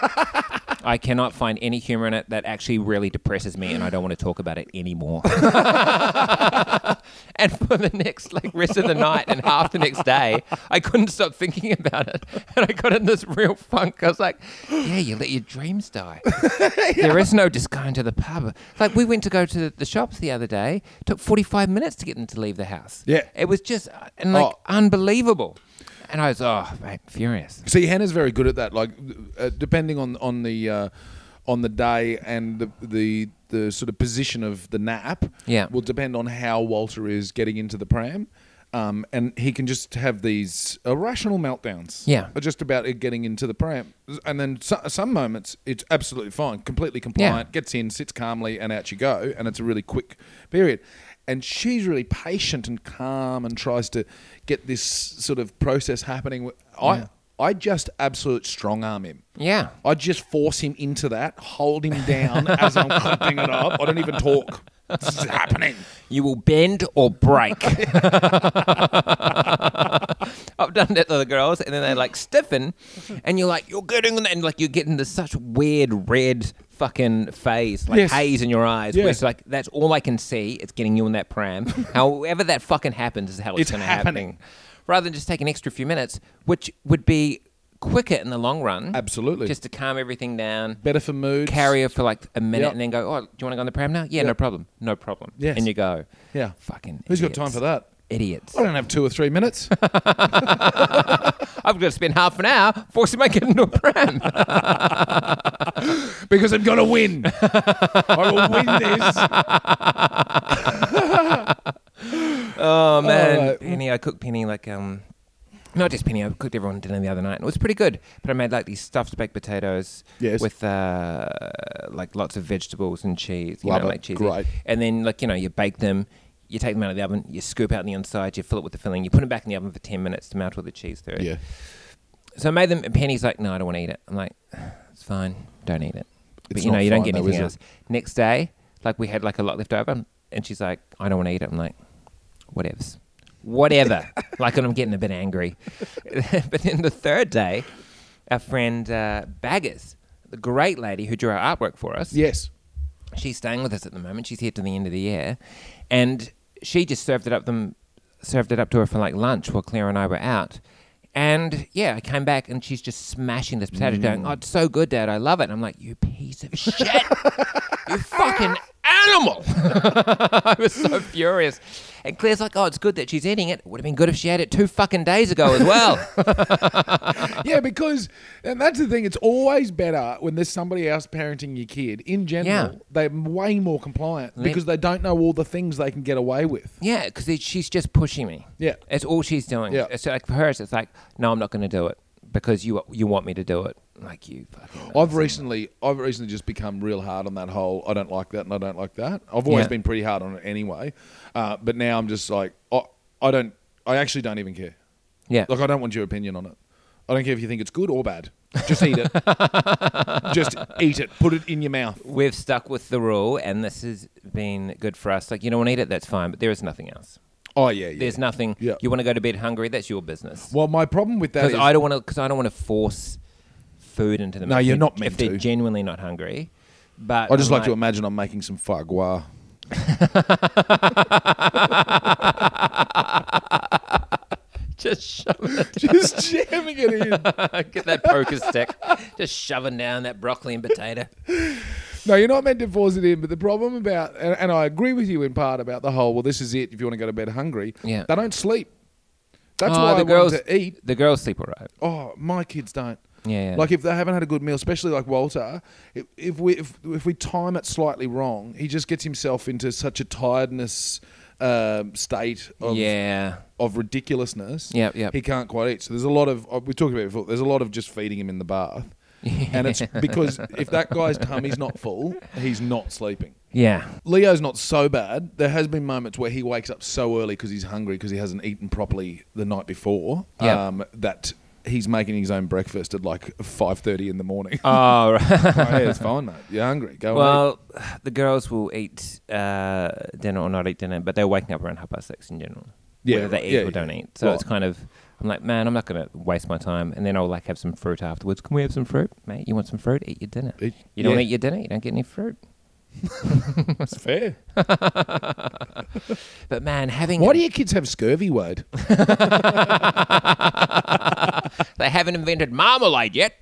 [SPEAKER 1] I cannot find any humor in it that actually really depresses me, and I don't want to talk about it anymore. and for the next like rest of the night and half the next day, I couldn't stop thinking about it, and I got in this real funk. I was like, "Yeah, you let your dreams die. There is no just going to the pub. Like we went to go to the, the shops the other day. Took forty five minutes to get them to leave the house.
[SPEAKER 2] Yeah.
[SPEAKER 1] it was just uh, and like
[SPEAKER 2] Oh.
[SPEAKER 1] unbelievable. And I was oh man, furious.
[SPEAKER 2] See, Hannah's very good at that. Like, uh, depending on on the uh, on the day and the, the the sort of position of the nap,
[SPEAKER 1] Yeah.
[SPEAKER 2] will depend on how Walter is getting into the pram. Um, and he can just have these irrational meltdowns.
[SPEAKER 1] Yeah.
[SPEAKER 2] Just about it getting into the pram. And then so, some moments it's absolutely fine, completely compliant, gets in, sits calmly, and out you go. And it's a really quick period. And she's really patient and calm and tries to get this sort of process happening. I, I just absolute strong arm him.
[SPEAKER 1] Yeah.
[SPEAKER 2] I just force him into that, hold him down as I'm clumping it up. I don't even talk. This is happening.
[SPEAKER 1] You will bend or break. I've done that to the girls, and then they like stiffen, and you're like, you're getting, and like you get into such weird red fucking phase, like
[SPEAKER 2] Yes.
[SPEAKER 1] haze in your eyes. Where
[SPEAKER 2] Yeah.
[SPEAKER 1] it's like that's all I can see. It's getting you in that pram. However, that fucking happens is how it's,
[SPEAKER 2] It's
[SPEAKER 1] going to
[SPEAKER 2] happening.
[SPEAKER 1] happen. Rather than just take an extra few minutes, which would be quicker in the long run.
[SPEAKER 2] Absolutely.
[SPEAKER 1] Just to calm everything down
[SPEAKER 2] Better for moods.
[SPEAKER 1] carry her for like a minute
[SPEAKER 2] Yep.
[SPEAKER 1] and then go, oh, do you want to go on the pram now? Yeah, no problem. No problem.
[SPEAKER 2] Yes.
[SPEAKER 1] And you go,
[SPEAKER 2] Yeah.
[SPEAKER 1] fucking
[SPEAKER 2] Who's got
[SPEAKER 1] idiots.
[SPEAKER 2] time for that?
[SPEAKER 1] Idiots.
[SPEAKER 2] I don't have two or three minutes.
[SPEAKER 1] I've got to spend half an hour forcing my kid into a pram.
[SPEAKER 2] because I'm gonna win. I will win this.
[SPEAKER 1] oh, man.
[SPEAKER 2] right.
[SPEAKER 1] Penny, I cooked Penny like, um, not just Penny, I cooked everyone dinner the other night. and It was pretty good. But I made like these stuffed baked potatoes
[SPEAKER 2] Yes.
[SPEAKER 1] with uh, like lots of vegetables and cheese. You
[SPEAKER 2] Love
[SPEAKER 1] know,
[SPEAKER 2] it.
[SPEAKER 1] like cheesy.
[SPEAKER 2] Great.
[SPEAKER 1] And then, like, you know, you bake them, you take them out of the oven, you scoop out the inside, you fill it with the filling, you put them back in the oven for 10 minutes to melt all the cheese through. it. So I made them, and Penny's like, no, I don't want to eat it. I'm like, it's fine, don't eat it. But
[SPEAKER 2] It's
[SPEAKER 1] you know,
[SPEAKER 2] not
[SPEAKER 1] you don't
[SPEAKER 2] fine
[SPEAKER 1] get
[SPEAKER 2] though,
[SPEAKER 1] anything
[SPEAKER 2] is it?
[SPEAKER 1] else. Next day, like we had like a lot left over, and she's like, I don't want to eat it. I'm like, whatevs. Whatever. like, and I'm getting a bit angry. but then the third day, our friend uh, Baggers, the great lady who drew our artwork for us,
[SPEAKER 2] Yes.
[SPEAKER 1] she's staying with us at the moment. She's here to the end of the year, and she just served it up them served it up to her for like lunch while Claire and I were out. And yeah, I came back and she's just smashing this potato, going, "Oh, it's so good, Dad! I love it." And I'm like, "You piece of shit! you fucking
[SPEAKER 2] animal.
[SPEAKER 1] I was so furious. And Claire's like, oh, it's good that she's eating it. Would have been good if she had it two fucking days ago as well.
[SPEAKER 2] yeah, because and that's the thing. It's always better when there's somebody else parenting your kid. In general,
[SPEAKER 1] Yeah.
[SPEAKER 2] they're way more compliant because they don't know all the things they can get away with.
[SPEAKER 1] yeah, because she's just pushing me.
[SPEAKER 2] Yeah.
[SPEAKER 1] It's all she's doing.
[SPEAKER 2] Yeah.
[SPEAKER 1] It's like for her, it's like, no, I'm not going to do it because you you want me to do it. I'm Like you fucking.
[SPEAKER 2] I've recently, I've recently just become real hard on that whole. I don't like that, and I don't like that. I've always
[SPEAKER 1] Yeah.
[SPEAKER 2] been pretty hard on it anyway, uh, but now I'm just like, I, I don't, I actually don't even care.
[SPEAKER 1] Yeah.
[SPEAKER 2] Like I don't want your opinion on it. I don't care if you think it's good or bad. Just eat it. just eat it. Put it in your mouth.
[SPEAKER 1] We've stuck with the rule, and this has been good for us. Like, you don't want to eat it, that's fine, but there is nothing else.
[SPEAKER 2] Oh yeah, yeah.
[SPEAKER 1] There's nothing.
[SPEAKER 2] Yeah.
[SPEAKER 1] You want to go to bed hungry? That's your business.
[SPEAKER 2] well, my problem with that
[SPEAKER 1] Because
[SPEAKER 2] is
[SPEAKER 1] I don't want to. Because I don't want to force food into them.
[SPEAKER 2] No,
[SPEAKER 1] if
[SPEAKER 2] you're
[SPEAKER 1] they-
[SPEAKER 2] not meant
[SPEAKER 1] if they're
[SPEAKER 2] to.
[SPEAKER 1] genuinely not hungry. But
[SPEAKER 2] I just
[SPEAKER 1] I'm
[SPEAKER 2] like to imagine I'm making some foie gras.
[SPEAKER 1] just shove
[SPEAKER 2] just jamming it in.
[SPEAKER 1] it, get that poker stick, just shoving down that broccoli and potato.
[SPEAKER 2] No, you're not meant to force it in. But the problem about, and, and I agree with you in part about the whole, well, this is it if you want to go to bed hungry.
[SPEAKER 1] Yeah.
[SPEAKER 2] They don't sleep. That's
[SPEAKER 1] Oh,
[SPEAKER 2] why
[SPEAKER 1] the
[SPEAKER 2] I
[SPEAKER 1] girls
[SPEAKER 2] want to eat.
[SPEAKER 1] The girls sleep alright.
[SPEAKER 2] Oh, my kids don't.
[SPEAKER 1] Yeah, yeah.
[SPEAKER 2] Like if they haven't had a good meal, especially like Walter, if, if we if, if we time it slightly wrong, he just gets himself into such a tiredness um, state of
[SPEAKER 1] yeah.
[SPEAKER 2] of ridiculousness.
[SPEAKER 1] Yep, yep.
[SPEAKER 2] He can't quite eat. So there's a lot of uh, we talked about it before. There's a lot of just feeding him in the bath, and it's because if that guy's tummy's not full, he's not sleeping.
[SPEAKER 1] Yeah.
[SPEAKER 2] Leo's not so bad. There has been moments where he wakes up so early because he's hungry because he hasn't eaten properly the night before.
[SPEAKER 1] Yeah.
[SPEAKER 2] Um, that he's making his own breakfast at like five thirty in the morning.
[SPEAKER 1] Oh, right.
[SPEAKER 2] oh, yeah, it's fine, mate. You're hungry. Go well,
[SPEAKER 1] well, the girls will eat uh, dinner or not eat dinner, but they're waking up around half past six in general.
[SPEAKER 2] Yeah,
[SPEAKER 1] whether they
[SPEAKER 2] right.
[SPEAKER 1] eat
[SPEAKER 2] Yeah,
[SPEAKER 1] or
[SPEAKER 2] yeah.
[SPEAKER 1] don't eat. So
[SPEAKER 2] Right.
[SPEAKER 1] it's kind of I'm like, man, I'm not gonna waste my time, and then I'll like have some fruit afterwards. Can we have some fruit, mate? You want some fruit? Eat your dinner.
[SPEAKER 2] Eat-
[SPEAKER 1] you don't
[SPEAKER 2] yeah.
[SPEAKER 1] eat your dinner, you don't get any fruit.
[SPEAKER 2] That's fair.
[SPEAKER 1] But man, having
[SPEAKER 2] Why do your kids have scurvy, Wade?
[SPEAKER 1] they haven't invented marmalade yet.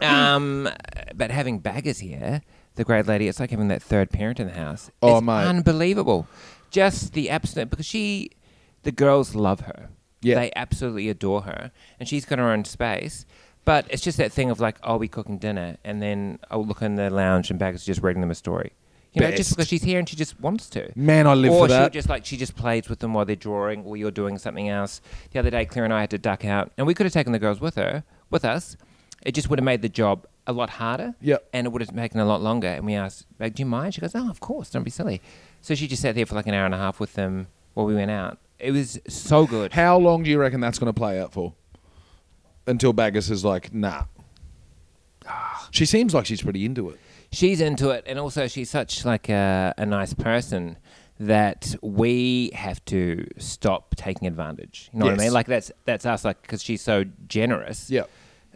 [SPEAKER 1] um, but having baggers here, the great lady, it's like having that third parent in the house.
[SPEAKER 2] Oh,
[SPEAKER 1] it's
[SPEAKER 2] mate.
[SPEAKER 1] unbelievable. Just the abstinent because she, the girls love her.
[SPEAKER 2] Yeah.
[SPEAKER 1] they absolutely adore her, and she's got her own space. But it's just that thing of like, I'll be cooking dinner, and then I'll look in the lounge, and Baggers is just reading them a story. You know, just
[SPEAKER 2] Best.
[SPEAKER 1] because she's here and she just wants to
[SPEAKER 2] Man, I live
[SPEAKER 1] or
[SPEAKER 2] for
[SPEAKER 1] she'll
[SPEAKER 2] that.
[SPEAKER 1] just like she just plays with them while they're drawing or you're doing something else. The other day Claire and I had to duck out and we could have taken the girls with her with us. It just would have made the job a lot harder.
[SPEAKER 2] Yep.
[SPEAKER 1] And it would have taken a lot longer. And we asked, like, Do you mind? She goes, Oh, of course, don't be silly. So she just sat there for like an hour and a half with them while we went out. It was so good.
[SPEAKER 2] How long do you reckon that's going to play out for? Until Baggers is like, nah.
[SPEAKER 1] Ah.
[SPEAKER 2] She seems like she's pretty into it.
[SPEAKER 1] she's into it and also she's such like a, a nice person that we have to stop taking advantage you know what i
[SPEAKER 2] Yes.
[SPEAKER 1] mean like that's that's us like because she's so generous
[SPEAKER 2] Yeah.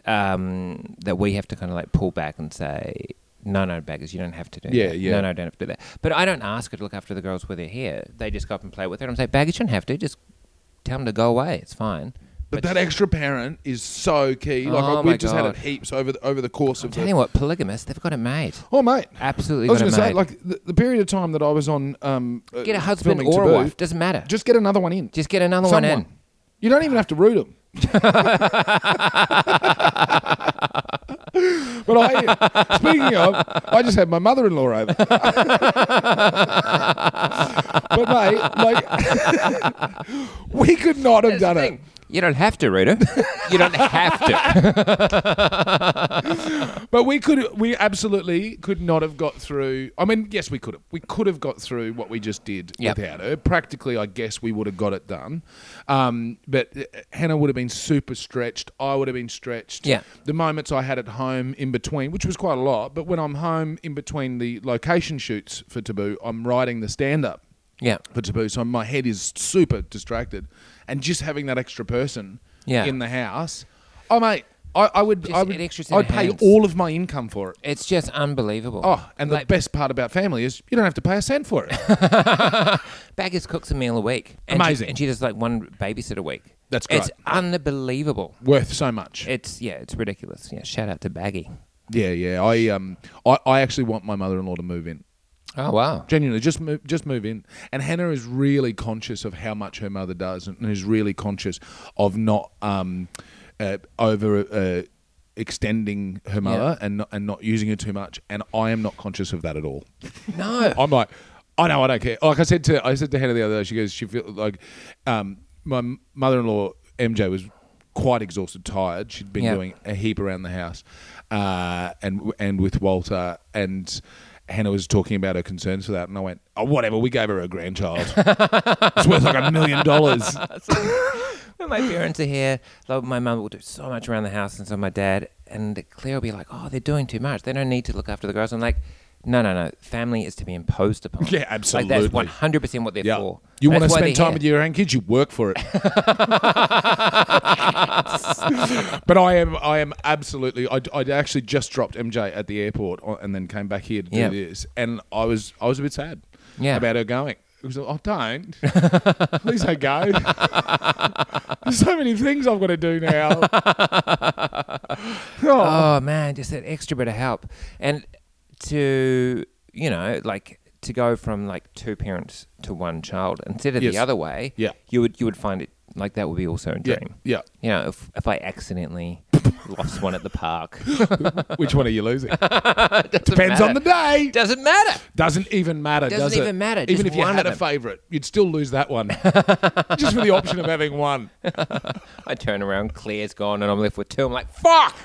[SPEAKER 1] um that we have to kind of like pull back and say no no baggers you don't have to do
[SPEAKER 2] Yeah,
[SPEAKER 1] that.
[SPEAKER 2] yeah.
[SPEAKER 1] no no don't have to do that but i don't ask her to look after the girls where they're here they just go up and play with her and i'm saying baggers you don't have to just tell them to go away it's fine
[SPEAKER 2] But, that extra parent is so key. Like
[SPEAKER 1] Oh,
[SPEAKER 2] we
[SPEAKER 1] my
[SPEAKER 2] have just had
[SPEAKER 1] God.
[SPEAKER 2] it heaps over the, over the course
[SPEAKER 1] i'm
[SPEAKER 2] of
[SPEAKER 1] telling
[SPEAKER 2] the.
[SPEAKER 1] you what polygamists they've got it made
[SPEAKER 2] Oh mate,
[SPEAKER 1] absolutely
[SPEAKER 2] I was
[SPEAKER 1] got
[SPEAKER 2] going
[SPEAKER 1] it
[SPEAKER 2] to say
[SPEAKER 1] made.
[SPEAKER 2] like the, the period of time that I was on. Um, uh,
[SPEAKER 1] get a husband
[SPEAKER 2] filming
[SPEAKER 1] or a
[SPEAKER 2] Taboo,
[SPEAKER 1] wife doesn't matter
[SPEAKER 2] Just get another one in.
[SPEAKER 1] Just get another one in.
[SPEAKER 2] Someone. You don't even have to root them. but I, speaking of, I just had my mother-in-law over. but mate, like, we could not have done it.
[SPEAKER 1] You don't have to, Rita. You don't have to.
[SPEAKER 2] But we could, we absolutely could not have got through. I mean, yes, we could have. We could have got through what we just did
[SPEAKER 1] Yep.
[SPEAKER 2] without her. Practically, I guess we would have got it done. Um, but uh, Hannah would have been super stretched. I would have been stretched.
[SPEAKER 1] Yeah.
[SPEAKER 2] The moments I had at home in between, which was quite a lot, but when I'm home in between the location shoots for Taboo, I'm writing the stand up
[SPEAKER 1] yeah.
[SPEAKER 2] for Taboo. So my head is super distracted. And just having that extra person
[SPEAKER 1] Yeah.
[SPEAKER 2] in the house, oh, mate. I, I would,
[SPEAKER 1] Just
[SPEAKER 2] I
[SPEAKER 1] an
[SPEAKER 2] would
[SPEAKER 1] extra set
[SPEAKER 2] I'd
[SPEAKER 1] of
[SPEAKER 2] pay
[SPEAKER 1] hands.
[SPEAKER 2] all of my income for it.
[SPEAKER 1] It's just unbelievable.
[SPEAKER 2] Oh, and the
[SPEAKER 1] Like,
[SPEAKER 2] best part about family is you don't have to pay a cent for it.
[SPEAKER 1] Baggers cooks a meal a week. And she-
[SPEAKER 2] Amazing.
[SPEAKER 1] and she does like one babysit a week.
[SPEAKER 2] That's
[SPEAKER 1] It's
[SPEAKER 2] great.
[SPEAKER 1] unbelievable.
[SPEAKER 2] Worth so much.
[SPEAKER 1] It's, yeah, it's ridiculous. Yeah, shout out to Baggy.
[SPEAKER 2] yeah, yeah. I um, I, I actually want my mother-in-law to move in.
[SPEAKER 1] Oh wow.
[SPEAKER 2] Genuinely, just move, just move in. And Hannah is really conscious of how much her mother does, and is really conscious of not um, uh, over uh, extending her mother and not, and not using her too much. And I am not conscious of that at all.
[SPEAKER 1] No.
[SPEAKER 2] I'm like, I know, I don't care. Like I said to I said to Hannah the other day, she goes, she feel like um, my mother in law MJ was quite exhausted, tired. She'd been
[SPEAKER 1] Yeah.
[SPEAKER 2] doing a heap around the house, uh, and and with Walter and. Hannah was talking about her concerns for that, and I went, "Oh, whatever. We gave her a grandchild. it's worth like a million dollars."
[SPEAKER 1] When my parents are here, like my mum will do so much around the house, and so my dad and Claire will be like, "Oh, they're doing too much. They don't need to look after the girls." I'm like, "No, no, no. Family is to be imposed upon.
[SPEAKER 2] Yeah,
[SPEAKER 1] Like,
[SPEAKER 2] absolutely.
[SPEAKER 1] that's 100 percent what they're
[SPEAKER 2] Yeah,
[SPEAKER 1] for.
[SPEAKER 2] you
[SPEAKER 1] That's
[SPEAKER 2] want to
[SPEAKER 1] why
[SPEAKER 2] spend
[SPEAKER 1] they're
[SPEAKER 2] time
[SPEAKER 1] here.
[SPEAKER 2] with your grandkids, you work for it. but I am, I am absolutely. I, I actually just dropped MJ at the airport o- and then came back here to do
[SPEAKER 1] Yeah.
[SPEAKER 2] this, and I was, I was a bit sad
[SPEAKER 1] Yeah.
[SPEAKER 2] about her going. It was like, oh, don't. Please don't go. There's so many things I've got to do now. Oh.
[SPEAKER 1] oh man, just that extra bit of help. And to you know, like to go from like two parents to one child instead of
[SPEAKER 2] Yes.
[SPEAKER 1] the other way,
[SPEAKER 2] Yeah.
[SPEAKER 1] you would you would find it like that would be also a
[SPEAKER 2] Yeah,
[SPEAKER 1] dream.
[SPEAKER 2] yeah.
[SPEAKER 1] You know, if if I accidentally lost one at the park,
[SPEAKER 2] Which one are you losing? Depends on the day.
[SPEAKER 1] doesn't matter.
[SPEAKER 2] Doesn't even matter.
[SPEAKER 1] Doesn't
[SPEAKER 2] does it?
[SPEAKER 1] even matter,
[SPEAKER 2] Even
[SPEAKER 1] just
[SPEAKER 2] if you
[SPEAKER 1] one
[SPEAKER 2] had a
[SPEAKER 1] of them.
[SPEAKER 2] favourite, you'd still lose that one. just for the option of having one.
[SPEAKER 1] I turn around, Claire's gone, and I'm left with two. I'm like, fuck.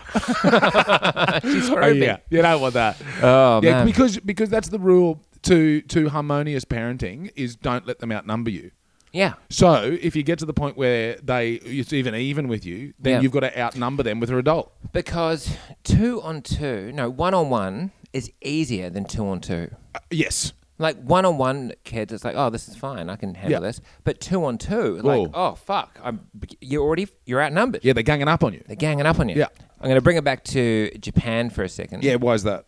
[SPEAKER 1] She's screwed
[SPEAKER 2] Oh,
[SPEAKER 1] me.
[SPEAKER 2] yeah, you don't want that.
[SPEAKER 1] Oh
[SPEAKER 2] yeah,
[SPEAKER 1] man.
[SPEAKER 2] because because that's the rule to to harmonious parenting is don't let them outnumber you.
[SPEAKER 1] yeah.
[SPEAKER 2] So if you get to the point where they it's even even with you, then
[SPEAKER 1] Yeah.
[SPEAKER 2] you've got to outnumber them with a adult.
[SPEAKER 1] Because two on two, no, one on one is easier than two on two.
[SPEAKER 2] Uh, yes.
[SPEAKER 1] Like one on one kids, it's like, oh, this is fine, I can handle
[SPEAKER 2] Yeah.
[SPEAKER 1] this. But two on two,
[SPEAKER 2] Whoa.
[SPEAKER 1] like, oh fuck, I'm you're already you're outnumbered.
[SPEAKER 2] Yeah, they're ganging up on you.
[SPEAKER 1] They're ganging up on you.
[SPEAKER 2] Yeah.
[SPEAKER 1] I'm gonna bring it back to Japan for a second.
[SPEAKER 2] Yeah, why is that?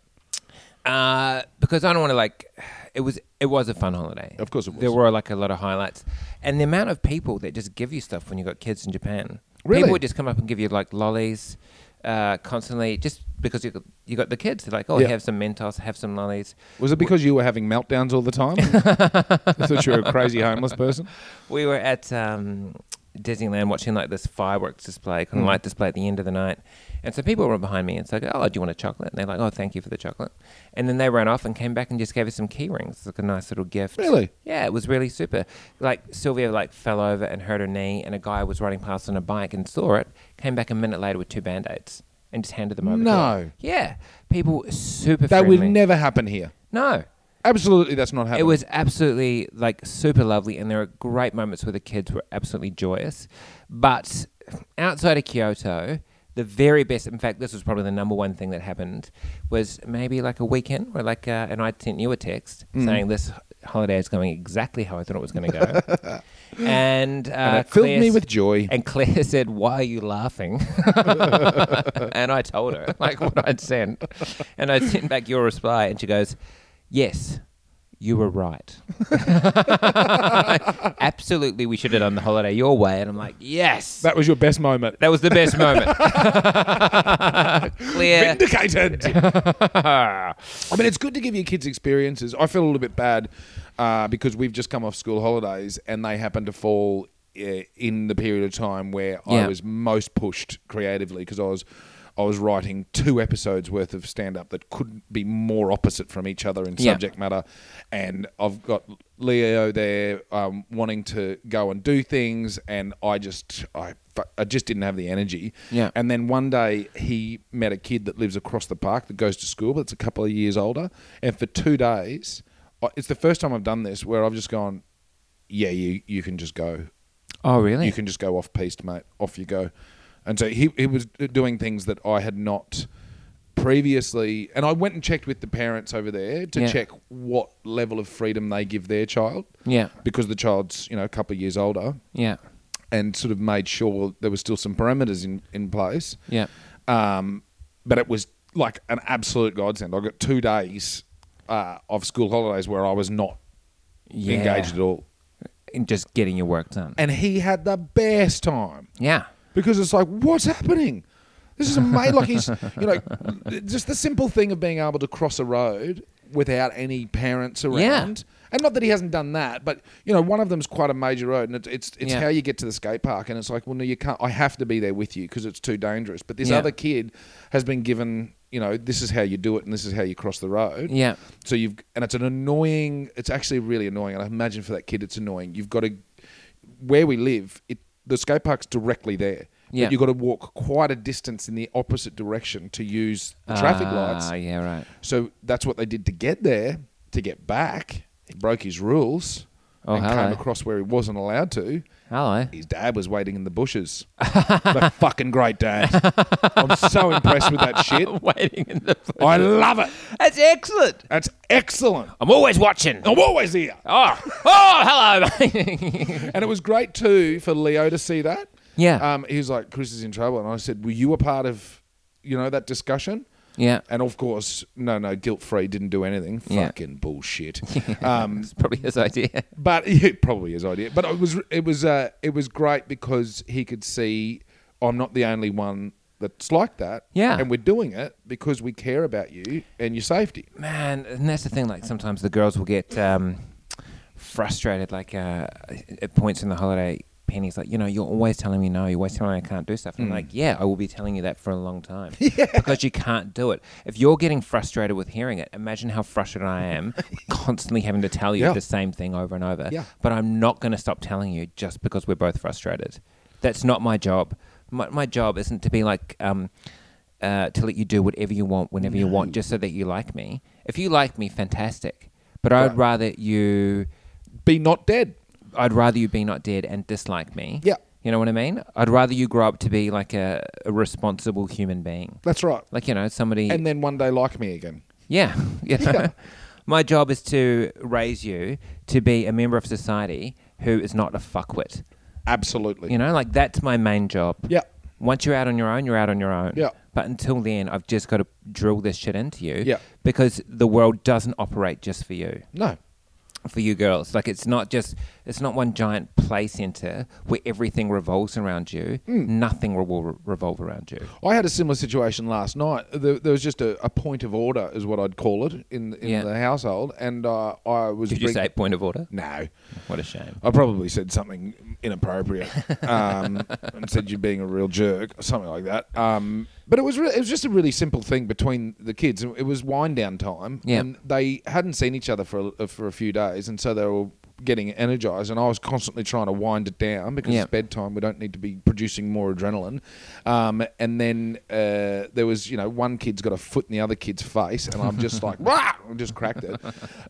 [SPEAKER 1] Uh, because I don't want to like. It was it was a fun holiday.
[SPEAKER 2] Of course it was.
[SPEAKER 1] There were like a lot of highlights, and the amount of people that just give you stuff when you have got kids in Japan.
[SPEAKER 2] Really?
[SPEAKER 1] People would just come up and give you like lollies, uh, constantly, just because you got, you got the kids. They're like, oh,
[SPEAKER 2] Yeah.
[SPEAKER 1] have some Mentos, have some lollies.
[SPEAKER 2] Was it because you were having meltdowns all the time? I thought you were a crazy homeless person.
[SPEAKER 1] We were at um, Disneyland watching like this fireworks display,
[SPEAKER 2] Mm.
[SPEAKER 1] kind of light display at the end of the night. And so people were behind me and so I go, Oh, do you want a chocolate? And they're like, Oh, thank you for the chocolate. And then they ran off and came back and just gave us some key rings. It's like a nice little gift.
[SPEAKER 2] Really?
[SPEAKER 1] Yeah, it was really super. Like Sylvia like fell over and hurt her knee and a guy was riding past on a bike and saw it, came back a minute later with two band aids and just handed them over. to her.
[SPEAKER 2] No.
[SPEAKER 1] Yeah. People were super
[SPEAKER 2] That
[SPEAKER 1] friendly.
[SPEAKER 2] would never happen here.
[SPEAKER 1] No.
[SPEAKER 2] Absolutely, that's not happening.
[SPEAKER 1] It was absolutely like super lovely, and there are great moments where the kids were absolutely joyous. But outside of Kyoto, the very best, in fact, this was probably the number one thing that happened, was maybe like a weekend where, like, uh, and I sent you a text
[SPEAKER 2] Mm.
[SPEAKER 1] saying this holiday is going exactly how I thought it was going to go. and, uh,
[SPEAKER 2] And it filled
[SPEAKER 1] Claire
[SPEAKER 2] me
[SPEAKER 1] s-
[SPEAKER 2] with joy.
[SPEAKER 1] And Claire said, Why are you laughing? and I told her like what I'd sent, and I sent back your reply, and she goes, "Yes, you were right. Absolutely, we should have done the holiday your way." And I'm like, "Yes, that,
[SPEAKER 2] That was your best moment.
[SPEAKER 1] was the best moment." Clear.
[SPEAKER 2] Vindicated. I mean, it's good to give your kids experiences. I feel a little bit bad uh, because we've just come off school holidays and they happen to fall uh, in the period of time where I
[SPEAKER 1] Yeah.
[SPEAKER 2] was most pushed creatively because I was. I was writing two episodes worth of stand up that couldn't be more opposite from each other in
[SPEAKER 1] Yeah.
[SPEAKER 2] subject matter. And I've got Leo there um, wanting to go and do things, and I just I, fu- I just didn't have the energy.
[SPEAKER 1] Yeah.
[SPEAKER 2] And then one day he met a kid that lives across the park that goes to school, but it's a couple of years older. And for two days, I- it's the first time I've done this where I've just gone, yeah, you you can just go,
[SPEAKER 1] Oh, really?
[SPEAKER 2] you can just go off piste, mate. Off you go. And so he he was doing things that I had not previously, and I went and checked with the parents over there to
[SPEAKER 1] Yeah.
[SPEAKER 2] check what level of freedom they give their child.
[SPEAKER 1] Yeah.
[SPEAKER 2] Because the child's you know a couple of years older
[SPEAKER 1] yeah,
[SPEAKER 2] and sort of made sure there was still some parameters in, in place.
[SPEAKER 1] yeah.
[SPEAKER 2] Um, but it was like an absolute godsend. I got two days uh, of school holidays where I was not
[SPEAKER 1] Yeah.
[SPEAKER 2] engaged at all.
[SPEAKER 1] And just getting your work done.
[SPEAKER 2] And he had the best time
[SPEAKER 1] yeah,
[SPEAKER 2] because it's like, what's happening? This is amazing. like he's, you know, just the simple thing of being able to cross a road without any parents around.
[SPEAKER 1] Yeah.
[SPEAKER 2] And not that he hasn't done that, but you know, one of them's quite a major road, and it's it's, it's
[SPEAKER 1] Yeah.
[SPEAKER 2] how you get to the skate park, and it's like, well, no, you can't. I have to be there with you because it's too dangerous. But this
[SPEAKER 1] Yeah.
[SPEAKER 2] other kid has been given, you know, this is how you do it, and this is how you cross the road.
[SPEAKER 1] Yeah.
[SPEAKER 2] So you've and it's an annoying. It's actually really annoying, and I imagine for that kid, it's annoying. You've got to where we live. It the skate park's directly there.
[SPEAKER 1] Yeah.
[SPEAKER 2] But you've got to walk quite a distance in the opposite direction to use the traffic lights.
[SPEAKER 1] Ah, yeah, right.
[SPEAKER 2] So that's what they did to get there, to get back. He broke his rules
[SPEAKER 1] Oh,
[SPEAKER 2] and
[SPEAKER 1] hello.
[SPEAKER 2] came across where he wasn't allowed to.
[SPEAKER 1] Hello.
[SPEAKER 2] His dad was waiting in the bushes. the fucking great dad. I'm so impressed with that shit.
[SPEAKER 1] Waiting in the.
[SPEAKER 2] I love it.
[SPEAKER 1] That's excellent.
[SPEAKER 2] That's excellent.
[SPEAKER 1] I'm always watching.
[SPEAKER 2] I'm always here.
[SPEAKER 1] Oh, oh, hello.
[SPEAKER 2] And it was great too for Leo to see that.
[SPEAKER 1] Yeah.
[SPEAKER 2] Um, he was like, Chris is in trouble. And I said, Were you a part of, you know, that discussion?
[SPEAKER 1] yeah.
[SPEAKER 2] And of course, no, no, guilt free, didn't do anything.
[SPEAKER 1] Yeah.
[SPEAKER 2] Fucking bullshit. Um,
[SPEAKER 1] It's probably his idea.
[SPEAKER 2] but it probably his idea. But it was it was uh, it was great because he could see I'm not the only one that's like that.
[SPEAKER 1] Yeah.
[SPEAKER 2] and we're doing it because we care about you and your safety.
[SPEAKER 1] Man, and that's the thing. Like sometimes the girls will get um, frustrated. Like uh, at points in the holiday, Penny's like, you know, you're always telling me no. You're always telling me I can't do stuff. And I'm like, yeah, I will be telling you that for a long time because you can't do it. If you're getting frustrated with hearing it, imagine how frustrated I am, constantly having to tell you
[SPEAKER 2] Yeah.
[SPEAKER 1] the same thing over and over.
[SPEAKER 2] Yeah.
[SPEAKER 1] But I'm not going to stop telling you just because we're both frustrated. That's not my job. My, my job isn't to be like, um, uh, to let you do whatever you want, whenever you want, just so that you like me. If you like me, fantastic. But I'd
[SPEAKER 2] Right.
[SPEAKER 1] rather you,
[SPEAKER 2] Be not dead.
[SPEAKER 1] I'd rather you be not dead and dislike me.
[SPEAKER 2] Yeah.
[SPEAKER 1] You know what I mean? I'd rather you grow up to be like a, a responsible human being.
[SPEAKER 2] That's right.
[SPEAKER 1] Like, you know, somebody.
[SPEAKER 2] And then one day, like me again.
[SPEAKER 1] Yeah. You know? My job is to raise you to be a member of society who is not a fuckwit.
[SPEAKER 2] Absolutely.
[SPEAKER 1] You know, like that's my main job.
[SPEAKER 2] Yeah.
[SPEAKER 1] Once you're out on your own, you're out on your own.
[SPEAKER 2] Yeah.
[SPEAKER 1] But until then, I've just got to drill this shit into you.
[SPEAKER 2] Yeah.
[SPEAKER 1] Because the world doesn't operate just for you,
[SPEAKER 2] No.
[SPEAKER 1] for you girls. Like it's not just, it's not one giant play center where everything revolves around you.
[SPEAKER 2] Hmm.
[SPEAKER 1] Nothing re- will re- revolve around you.
[SPEAKER 2] I had a similar situation last night. There, there was just a, a point of order, is what I'd call it, in in
[SPEAKER 1] Yeah.
[SPEAKER 2] the household, and uh, I was.
[SPEAKER 1] Did you
[SPEAKER 2] bring-
[SPEAKER 1] say point of order?
[SPEAKER 2] no?
[SPEAKER 1] What a shame.
[SPEAKER 2] I probably said something inappropriate um, and said you're being a real jerk or something like that. Um, but it was re- it was just a really simple thing between the kids. It was wind down time,
[SPEAKER 1] Yeah.
[SPEAKER 2] and they hadn't seen each other for a, for a few days, and so they were getting energized. And I was constantly trying to wind it down because
[SPEAKER 1] Yeah.
[SPEAKER 2] it's bedtime. We don't need to be producing more adrenaline. Um, and then uh, there was you know one kid's got a foot in the other kid's face, and I'm just like "Wah!" and just cracked it.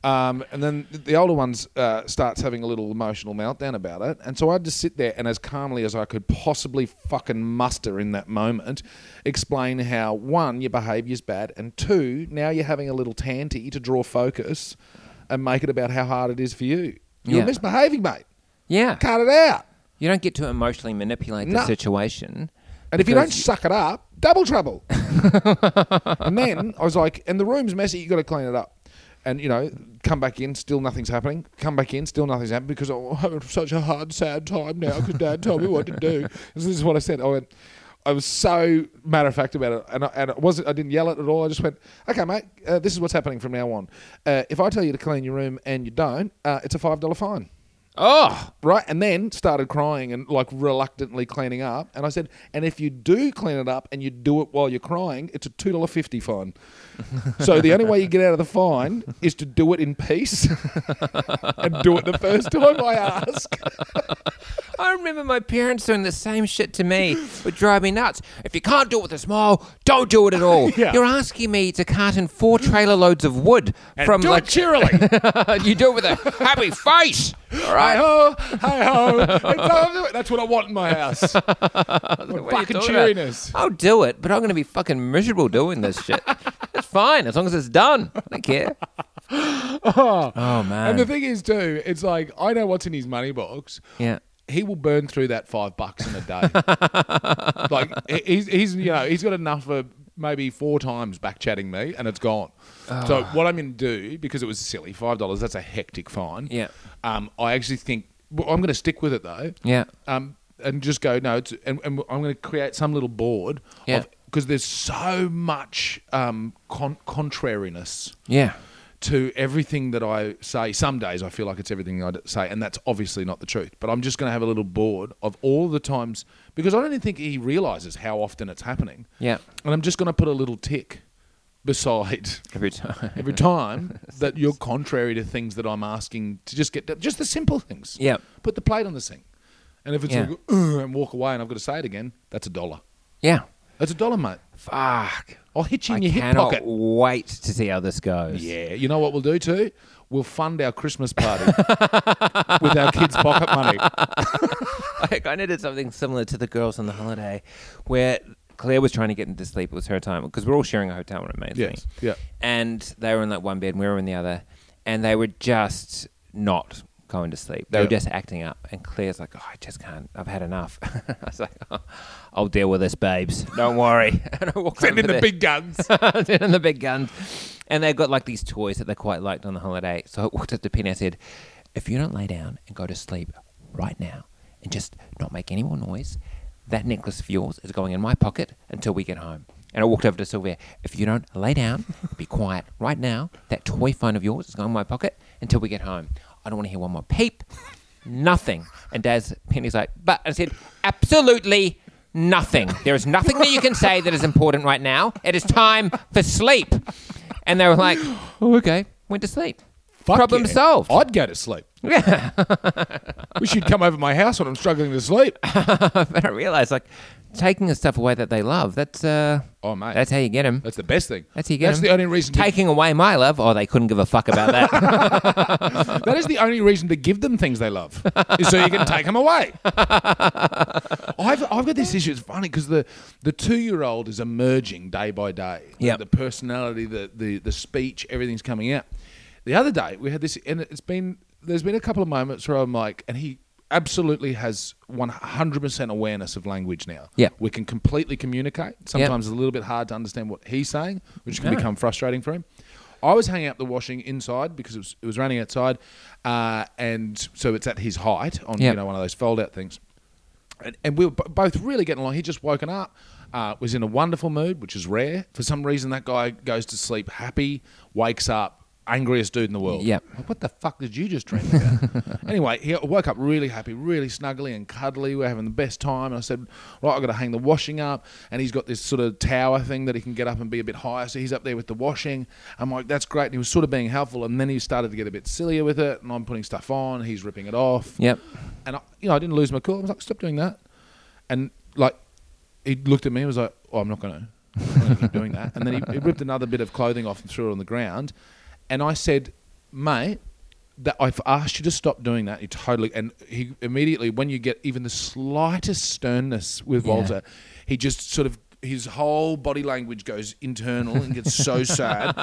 [SPEAKER 2] Um, and then the older ones uh, starts having a little emotional meltdown about it, and so I had to sit there and as calmly as I could possibly fucking muster in that moment, explain how one your behaviour's bad, and two now you're having a little tanty to draw focus and make it about how hard it is for you. You're
[SPEAKER 1] Yeah.
[SPEAKER 2] misbehaving, mate.
[SPEAKER 1] Yeah.
[SPEAKER 2] Cut it out.
[SPEAKER 1] You don't get to emotionally manipulate the
[SPEAKER 2] No.
[SPEAKER 1] situation.
[SPEAKER 2] And if you don't
[SPEAKER 1] because-
[SPEAKER 2] suck it up, double trouble. and then I was like, and the room's messy, you got to clean it up. And, you know, come back in, still nothing's happening. Come back in, still nothing's happening because "Oh, I'm having such a hard, sad time now because dad told me what to do. So this is what I said. I went, I was so matter of fact about it, and I, and it wasn't. I didn't yell at it at all. I just went, "Okay, mate, uh, this is what's happening from now on. Uh, if I tell you to clean your room and you don't, uh, it's a five dollar fine."
[SPEAKER 1] Oh,
[SPEAKER 2] right? And then started crying and like reluctantly cleaning up. And I said, and if you do clean it up and you do it while you're crying, it's a two dollar fifty fine. so the only way you get out of the fine is to do it in peace and do it the first time I ask.
[SPEAKER 1] I remember my parents doing the same shit to me. It would drive me nuts. If you can't do it with a smile, don't do it at all.
[SPEAKER 2] Yeah.
[SPEAKER 1] You're asking me to cart in four trailer loads of wood from
[SPEAKER 2] do
[SPEAKER 1] like
[SPEAKER 2] it cheerily.
[SPEAKER 1] you do it with a happy face. All
[SPEAKER 2] Hi
[SPEAKER 1] right.
[SPEAKER 2] ho, hi ho. It's over. That's what I want in my house.
[SPEAKER 1] What are you
[SPEAKER 2] fucking
[SPEAKER 1] talking about?
[SPEAKER 2] cheeriness.
[SPEAKER 1] I'll do it, but I'm going to be fucking miserable doing this shit. it's fine as long as it's done. I don't care. oh man.
[SPEAKER 2] And the thing is, too, it's like I know what's in his money box.
[SPEAKER 1] yeah.
[SPEAKER 2] he will burn through that five bucks in a day. like he- he's he's you know he's got enough for maybe four times back chatting me, and it's gone. So
[SPEAKER 1] Ah.
[SPEAKER 2] what I'm going to do because it was silly five dollars that's a hectic fine.
[SPEAKER 1] Yeah.
[SPEAKER 2] Um, I actually think well, I'm going to stick with it though.
[SPEAKER 1] Yeah.
[SPEAKER 2] Um, and just go no, it's, and, and I'm going to create some little board.
[SPEAKER 1] Yeah.
[SPEAKER 2] Because there's so much um con- contrariness
[SPEAKER 1] Yeah.
[SPEAKER 2] to everything that I say. Some days I feel like it's everything I d- say, and that's obviously not the truth. But I'm just going to have a little board of all the times because I don't even think he realizes how often it's happening.
[SPEAKER 1] Yeah.
[SPEAKER 2] And I'm just going to put a little tick beside
[SPEAKER 1] Every time.
[SPEAKER 2] every time that you're contrary to things that I'm asking to just get just the simple things.
[SPEAKER 1] Yeah.
[SPEAKER 2] Put the plate on the sink, and if it's
[SPEAKER 1] Yeah.
[SPEAKER 2] like, "Ugh," and walk away, and I've got to say it again, that's a dollar.
[SPEAKER 1] Yeah.
[SPEAKER 2] That's a dollar, mate.
[SPEAKER 1] Fuck.
[SPEAKER 2] I'll hit you in
[SPEAKER 1] I
[SPEAKER 2] your hip
[SPEAKER 1] cannot
[SPEAKER 2] pocket.
[SPEAKER 1] wait to see how this goes.
[SPEAKER 2] Yeah, you know what we'll do too? We'll fund our Christmas party with our kids' pocket money.
[SPEAKER 1] like I needed something similar to the girls on the holiday, where Claire was trying to get into sleep. It was her time because we're all sharing a hotel room, mate.
[SPEAKER 2] Yes, yeah.
[SPEAKER 1] And they were in like one bed, and we were in the other, and they were just not going to sleep. They
[SPEAKER 2] Yeah.
[SPEAKER 1] were just acting up, and Claire's like, "Oh, I just can't. I've had enough." I was like, "Oh, "I'll deal with this, babes. Don't worry." and I walked
[SPEAKER 2] Send
[SPEAKER 1] over
[SPEAKER 2] in the
[SPEAKER 1] there.
[SPEAKER 2] big guns.
[SPEAKER 1] Send in the big guns. And they got like these toys that they quite liked on the holiday. So I walked up to Penny and I said, If you don't lay down and go to sleep right now and just not make any more noise, that necklace of yours is going in my pocket until we get home. And I walked over to Sylvia. If you don't lay down, be quiet right now, that toy phone of yours is going in my pocket until we get home. I don't want to hear one more peep. Nothing. And Dad's Penny's like, but I said, absolutely nothing. There is nothing that you can say that is important right now. It is time for sleep. And they were like, oh, okay, went to sleep.
[SPEAKER 2] Fuck
[SPEAKER 1] Problem
[SPEAKER 2] yeah.
[SPEAKER 1] solved.
[SPEAKER 2] I'd go to sleep. Yeah. Wish you'd come over to my house when I'm struggling to sleep.
[SPEAKER 1] But I realized, like, taking the stuff away that they love, that's, uh,
[SPEAKER 2] Oh, mate.
[SPEAKER 1] that's how you get them.
[SPEAKER 2] That's the best thing.
[SPEAKER 1] That's how you get
[SPEAKER 2] That's
[SPEAKER 1] 'em.
[SPEAKER 2] the only reason. To,
[SPEAKER 1] Taking away my love, oh, they couldn't give a fuck about that.
[SPEAKER 2] that is the only reason to give them things they love, is so you can take them away. I've, I've got this issue. It's funny because the, the two year old is emerging day by day. Like,
[SPEAKER 1] Yep.
[SPEAKER 2] The personality, the, the, the speech, everything's coming out. The other day we had this, and it's been there's been a couple of moments where I'm like, and he absolutely has 100% awareness of language now.
[SPEAKER 1] Yep.
[SPEAKER 2] we can completely communicate. Sometimes it's a little bit hard to understand what he's saying, which can
[SPEAKER 1] No.
[SPEAKER 2] become frustrating for him. I was hanging up the washing inside because it was, it was running outside, uh, and so it's at his height on
[SPEAKER 1] Yep.
[SPEAKER 2] you know one of those fold out things and, and we were b- both really getting along. He'd just woken up, uh, was in a wonderful mood, which is rare. For some reason, that guy goes to sleep happy, wakes up angriest dude in the world.
[SPEAKER 1] Yep.
[SPEAKER 2] Like, what the fuck did you just dream about? anyway, he woke up really happy, really snuggly and cuddly. We are having the best time. And I said, right, I've got to hang the washing up. And he's got this sort of tower thing that he can get up and be a bit higher. So he's up there with the washing. I'm like, that's great. And he was sort of being helpful. And then he started to get a bit sillier with it. And I'm putting stuff on. He's ripping it off.
[SPEAKER 1] yep.
[SPEAKER 2] And I, you know, I didn't lose my cool. I was like, stop doing that. And like, he looked at me and was like, oh, I'm not going to keep doing that. And then he, he ripped another bit of clothing off and threw it on the ground. And I said, mate, that I've asked you to stop doing that. You totally. And he immediately, when you get even the slightest sternness with
[SPEAKER 1] Yeah.
[SPEAKER 2] Walter, he just sort of. His whole body language goes internal and gets so sad.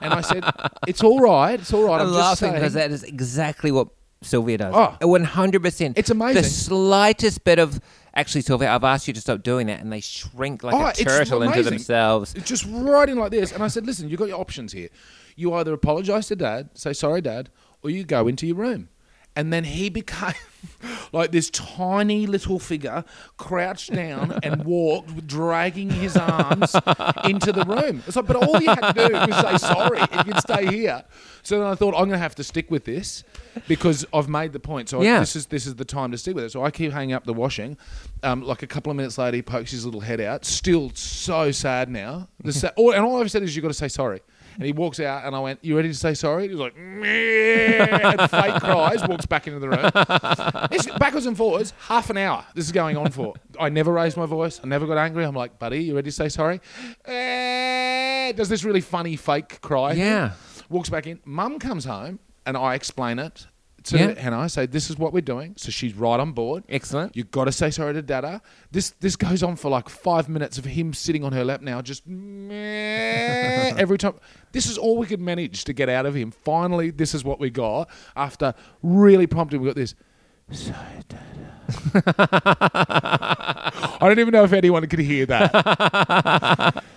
[SPEAKER 2] And I said, "It's all right. It's all right."
[SPEAKER 1] I'm,
[SPEAKER 2] I'm, just
[SPEAKER 1] laughing
[SPEAKER 2] saying,
[SPEAKER 1] because that is exactly what Sylvia does.
[SPEAKER 2] Oh.
[SPEAKER 1] One hundred percent.
[SPEAKER 2] It's amazing.
[SPEAKER 1] The slightest bit of actually, Sylvia, I've asked you to stop doing that, and they shrink like
[SPEAKER 2] Oh,
[SPEAKER 1] a
[SPEAKER 2] it's
[SPEAKER 1] turtle into
[SPEAKER 2] amazing.
[SPEAKER 1] themselves.
[SPEAKER 2] It's just right in like this. And I said, listen, you've got your options here. You either apologize to dad, say sorry, dad, or you go into your room. And then he became like this tiny little figure, crouched down and walked, dragging his arms into the room. It's like, but all you had to do was say sorry. If you'd stay here. So then I thought, I'm going to have to stick with this because I've made the point. So I-
[SPEAKER 1] Yeah.
[SPEAKER 2] this is this is the time to stick with it. So I keep hanging up the washing. Um, like a couple of minutes later, he pokes his little head out, still so sad now. The sa- all, and all I've said is, "You've got to say sorry." And he walks out, and I went, "You ready to say sorry?" He was like, "Meh," and fake cries, walks back into the room. It's backwards and forwards, half an hour. This is going on for. I never raised my voice. I never got angry. I'm like, "Buddy, you ready to say sorry?" Eh, Does this really funny fake cry?
[SPEAKER 1] Yeah.
[SPEAKER 2] Walks back in. Mum comes home, and I explain it to
[SPEAKER 1] Yeah.
[SPEAKER 2] and I say, "This is what we're doing." So she's right on board.
[SPEAKER 1] Excellent.
[SPEAKER 2] You got to say sorry to Dada. This this goes on for like five minutes of him sitting on her lap now, just meh, every time. This is all we could manage to get out of him. Finally, this is what we got after really prompting. We got this. Sorry, Dada. I don't even know if anyone could hear that.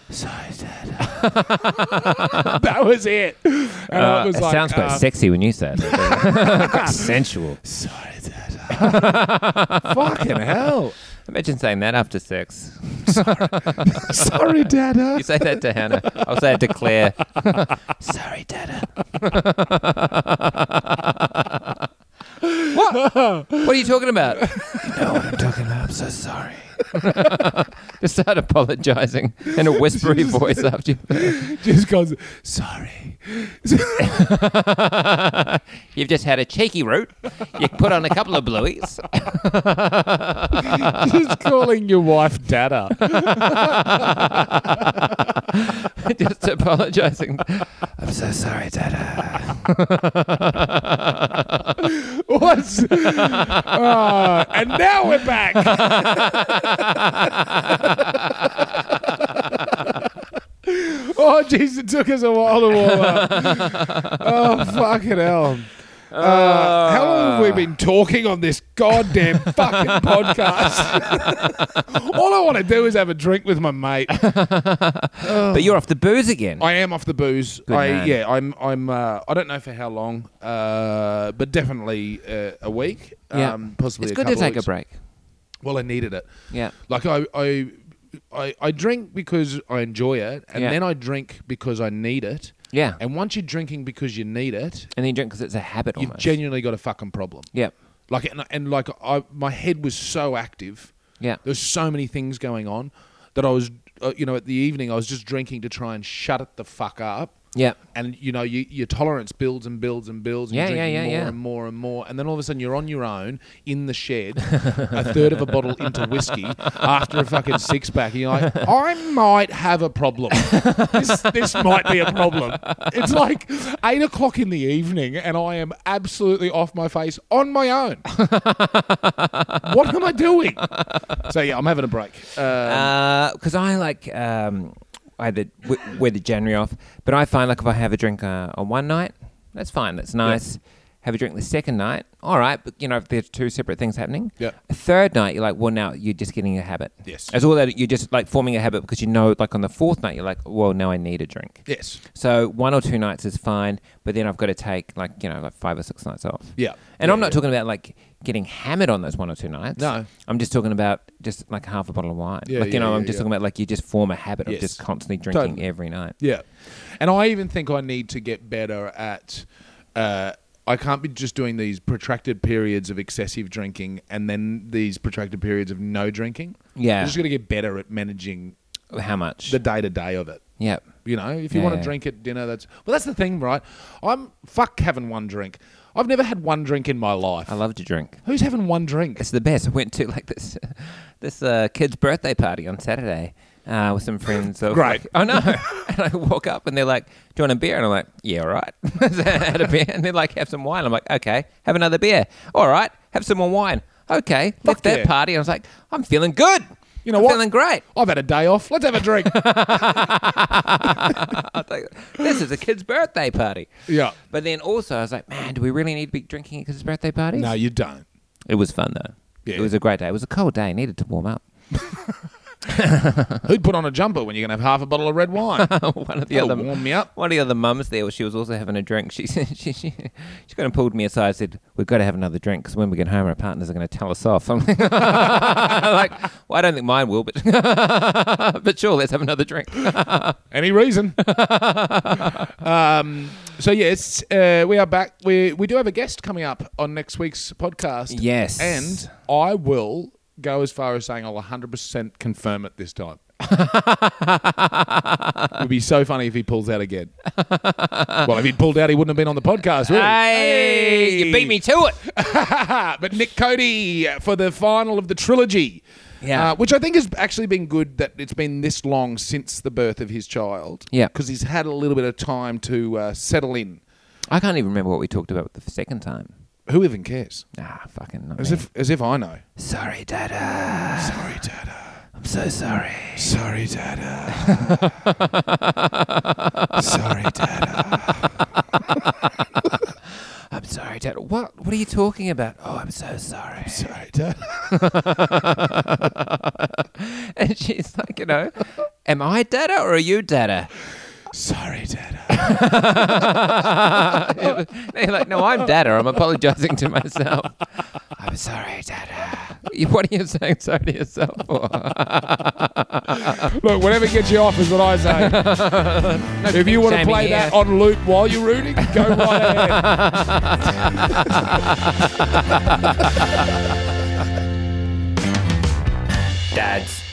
[SPEAKER 2] sorry, Dada. that was it. And I was
[SPEAKER 1] it
[SPEAKER 2] like,
[SPEAKER 1] sounds quite
[SPEAKER 2] uh,
[SPEAKER 1] sexy when you say it. sensual.
[SPEAKER 2] Sorry, Dad. Fucking hell.
[SPEAKER 1] Imagine saying that after sex.
[SPEAKER 2] Sorry, Dada.
[SPEAKER 1] You say that to Hannah. I'll say it to Claire. Sorry, Dada. what? What are you talking about? You know what I'm talking about. I'm so sorry. Just start apologizing in a whispery voice after you.
[SPEAKER 2] Just goes, sorry.
[SPEAKER 1] You've just had a cheeky root. You put on a couple of blueies.
[SPEAKER 2] Just calling your wife Dada.
[SPEAKER 1] just apologizing. I'm so sorry, Dada.
[SPEAKER 2] What's. Ah, and now we're back. Oh, jeez, it took us a while to warm up. oh, fucking hell. Uh, how long have we been talking on this goddamn fucking podcast? All I want to do is have a drink with my mate.
[SPEAKER 1] But you're off the booze again.
[SPEAKER 2] I am off the booze. I
[SPEAKER 1] man.
[SPEAKER 2] yeah, I'm I'm uh, I don't know for how long, uh, but definitely uh, a week. Um, possibly
[SPEAKER 1] It's
[SPEAKER 2] a
[SPEAKER 1] good to
[SPEAKER 2] couple of
[SPEAKER 1] take a
[SPEAKER 2] weeks.
[SPEAKER 1] break.
[SPEAKER 2] Well, I needed it.
[SPEAKER 1] Yeah.
[SPEAKER 2] Like I I I, I drink because I enjoy it, and
[SPEAKER 1] Yeah.
[SPEAKER 2] then I drink because I need it.
[SPEAKER 1] Yeah. And
[SPEAKER 2] And once you're drinking because you need it,
[SPEAKER 1] then you drink because it's a habit
[SPEAKER 2] you've
[SPEAKER 1] almost.
[SPEAKER 2] genuinely got a fucking problem.
[SPEAKER 1] yeah.
[SPEAKER 2] Like and, and like I, my head was so active.
[SPEAKER 1] Yeah.
[SPEAKER 2] There's so many things going on that I was, uh, you know, at the evening I was just drinking to try and shut it the fuck up.
[SPEAKER 1] Yeah.
[SPEAKER 2] And you know, you, your tolerance builds and builds and builds. And
[SPEAKER 1] Yeah,
[SPEAKER 2] you're
[SPEAKER 1] yeah,
[SPEAKER 2] drinking
[SPEAKER 1] yeah,
[SPEAKER 2] more
[SPEAKER 1] yeah.
[SPEAKER 2] and more and more, and then all of a sudden you're on your own in the shed, a third of a bottle into whiskey after a fucking six pack. And you're like, I might have a problem. This, this might be a problem. It's like eight o'clock in the evening, and I am absolutely off my face on my own. what am I doing? So yeah, I'm having a break. Uh,
[SPEAKER 1] because I like um, I did w- wear the January off, but I find like if I have a drink uh, on one night, that's fine, that's nice. Have a drink the second night, all right, but you know if there's two separate things happening.
[SPEAKER 2] Yeah.
[SPEAKER 1] A third night, you're like, well, now you're just getting a habit.
[SPEAKER 2] Yes.
[SPEAKER 1] As all that, you're just like forming a habit because you know, like on the fourth night, you're like, well, now I need a drink.
[SPEAKER 2] yes.
[SPEAKER 1] So one or two nights is fine, but then I've got to take like you know like five or six nights off.
[SPEAKER 2] Yeah.
[SPEAKER 1] and
[SPEAKER 2] Yeah,
[SPEAKER 1] I'm not
[SPEAKER 2] yeah.
[SPEAKER 1] talking about like getting hammered on those one or two nights.
[SPEAKER 2] No.
[SPEAKER 1] I'm just talking about just like half a bottle of wine.
[SPEAKER 2] Yeah,
[SPEAKER 1] like you
[SPEAKER 2] yeah,
[SPEAKER 1] know,
[SPEAKER 2] yeah,
[SPEAKER 1] I'm just
[SPEAKER 2] yeah.
[SPEAKER 1] talking about like you just form a habit
[SPEAKER 2] Yes.
[SPEAKER 1] of just constantly drinking
[SPEAKER 2] Totally.
[SPEAKER 1] every night.
[SPEAKER 2] Yeah, and I even think I need to get better at. Uh, I can't be just doing these protracted periods of excessive drinking and then these protracted periods of no drinking.
[SPEAKER 1] Yeah.
[SPEAKER 2] I'm just going to get better at managing
[SPEAKER 1] How much?
[SPEAKER 2] the day to day of it.
[SPEAKER 1] yeah,
[SPEAKER 2] You know, if you
[SPEAKER 1] Yeah,
[SPEAKER 2] want to
[SPEAKER 1] yeah.
[SPEAKER 2] drink at dinner, that's well. That's the thing, right? I'm fuck having one drink. I've never had one drink in my life.
[SPEAKER 1] I love to drink.
[SPEAKER 2] Who's having one drink?
[SPEAKER 1] It's the best. I went to like this this uh, kid's birthday party on Saturday uh, with some friends. So
[SPEAKER 2] Great.
[SPEAKER 1] Like, oh no! and I walk up and they're like, "Do you want a beer?" And I'm like, "Yeah, all right." So I had a beer and they're like, "Have some wine." I'm like, "Okay." Have another beer. All right. Have some more wine. Okay. Left that
[SPEAKER 2] yeah.
[SPEAKER 1] party. I was like, "I'm feeling good."
[SPEAKER 2] You know
[SPEAKER 1] I'm
[SPEAKER 2] what?
[SPEAKER 1] Feeling great.
[SPEAKER 2] I've had a day off. Let's have a drink.
[SPEAKER 1] I was like, this is a kid's birthday party.
[SPEAKER 2] yeah.
[SPEAKER 1] But then also, I was like, man, do we really need to be drinking at kids' birthday parties?
[SPEAKER 2] No, you don't.
[SPEAKER 1] It was fun though.
[SPEAKER 2] Yeah.
[SPEAKER 1] It was a great day. It was a cold day. Needed to warm up.
[SPEAKER 2] Who'd put on a jumper when you're going to have half a bottle of red wine?
[SPEAKER 1] one of the
[SPEAKER 2] That'll
[SPEAKER 1] other
[SPEAKER 2] warm me up.
[SPEAKER 1] one of the other mums there, she was also having a drink. She said she she, she kind of pulled me aside, said, "We've got to have another drink because when we get home, our partners are going to tell us off." I'm like, "Well, I don't think mine will, but but sure, let's have another drink."
[SPEAKER 2] Any reason. um, so, yes, uh, we are back. We, we do have a guest coming up on next week's podcast.
[SPEAKER 1] Yes.
[SPEAKER 2] And I will go as far as saying I'll 100% confirm it this time. it would be so funny if he pulls out again. well, if he'd pulled out, he wouldn't have been on the podcast, would he?
[SPEAKER 1] Hey, you beat me to it.
[SPEAKER 2] but Nick Cody for the final of the trilogy.
[SPEAKER 1] Yeah.
[SPEAKER 2] Uh, which I think has actually been good that it's been this long since the birth of his child.
[SPEAKER 1] Yeah.
[SPEAKER 2] Because he's had a little bit of time to uh, settle in.
[SPEAKER 1] I can't even remember what we talked about the second time.
[SPEAKER 2] Who even cares?
[SPEAKER 1] Ah, fucking not
[SPEAKER 2] As
[SPEAKER 1] me.
[SPEAKER 2] if, as if I know.
[SPEAKER 1] Sorry, Dada.
[SPEAKER 2] Sorry, Dada.
[SPEAKER 1] I'm so sorry.
[SPEAKER 2] Sorry, Dada. Sorry, Dada.
[SPEAKER 1] I'm sorry, Dada. What? What are you talking about? Oh, I'm so sorry.
[SPEAKER 2] Sorry, Dada.
[SPEAKER 1] And she's like, you know, am I Dada or are you Dada?
[SPEAKER 2] Sorry, Dada.
[SPEAKER 1] They're like, no, I'm Dada. I'm apologizing to myself. I I'm sorry, Dada. what are you saying sorry to yourself for?
[SPEAKER 2] Look, whatever gets you off is what I say. if you want to
[SPEAKER 1] shaming
[SPEAKER 2] play that
[SPEAKER 1] here.
[SPEAKER 2] on loop while you're rooting, go right ahead.
[SPEAKER 3] Dads,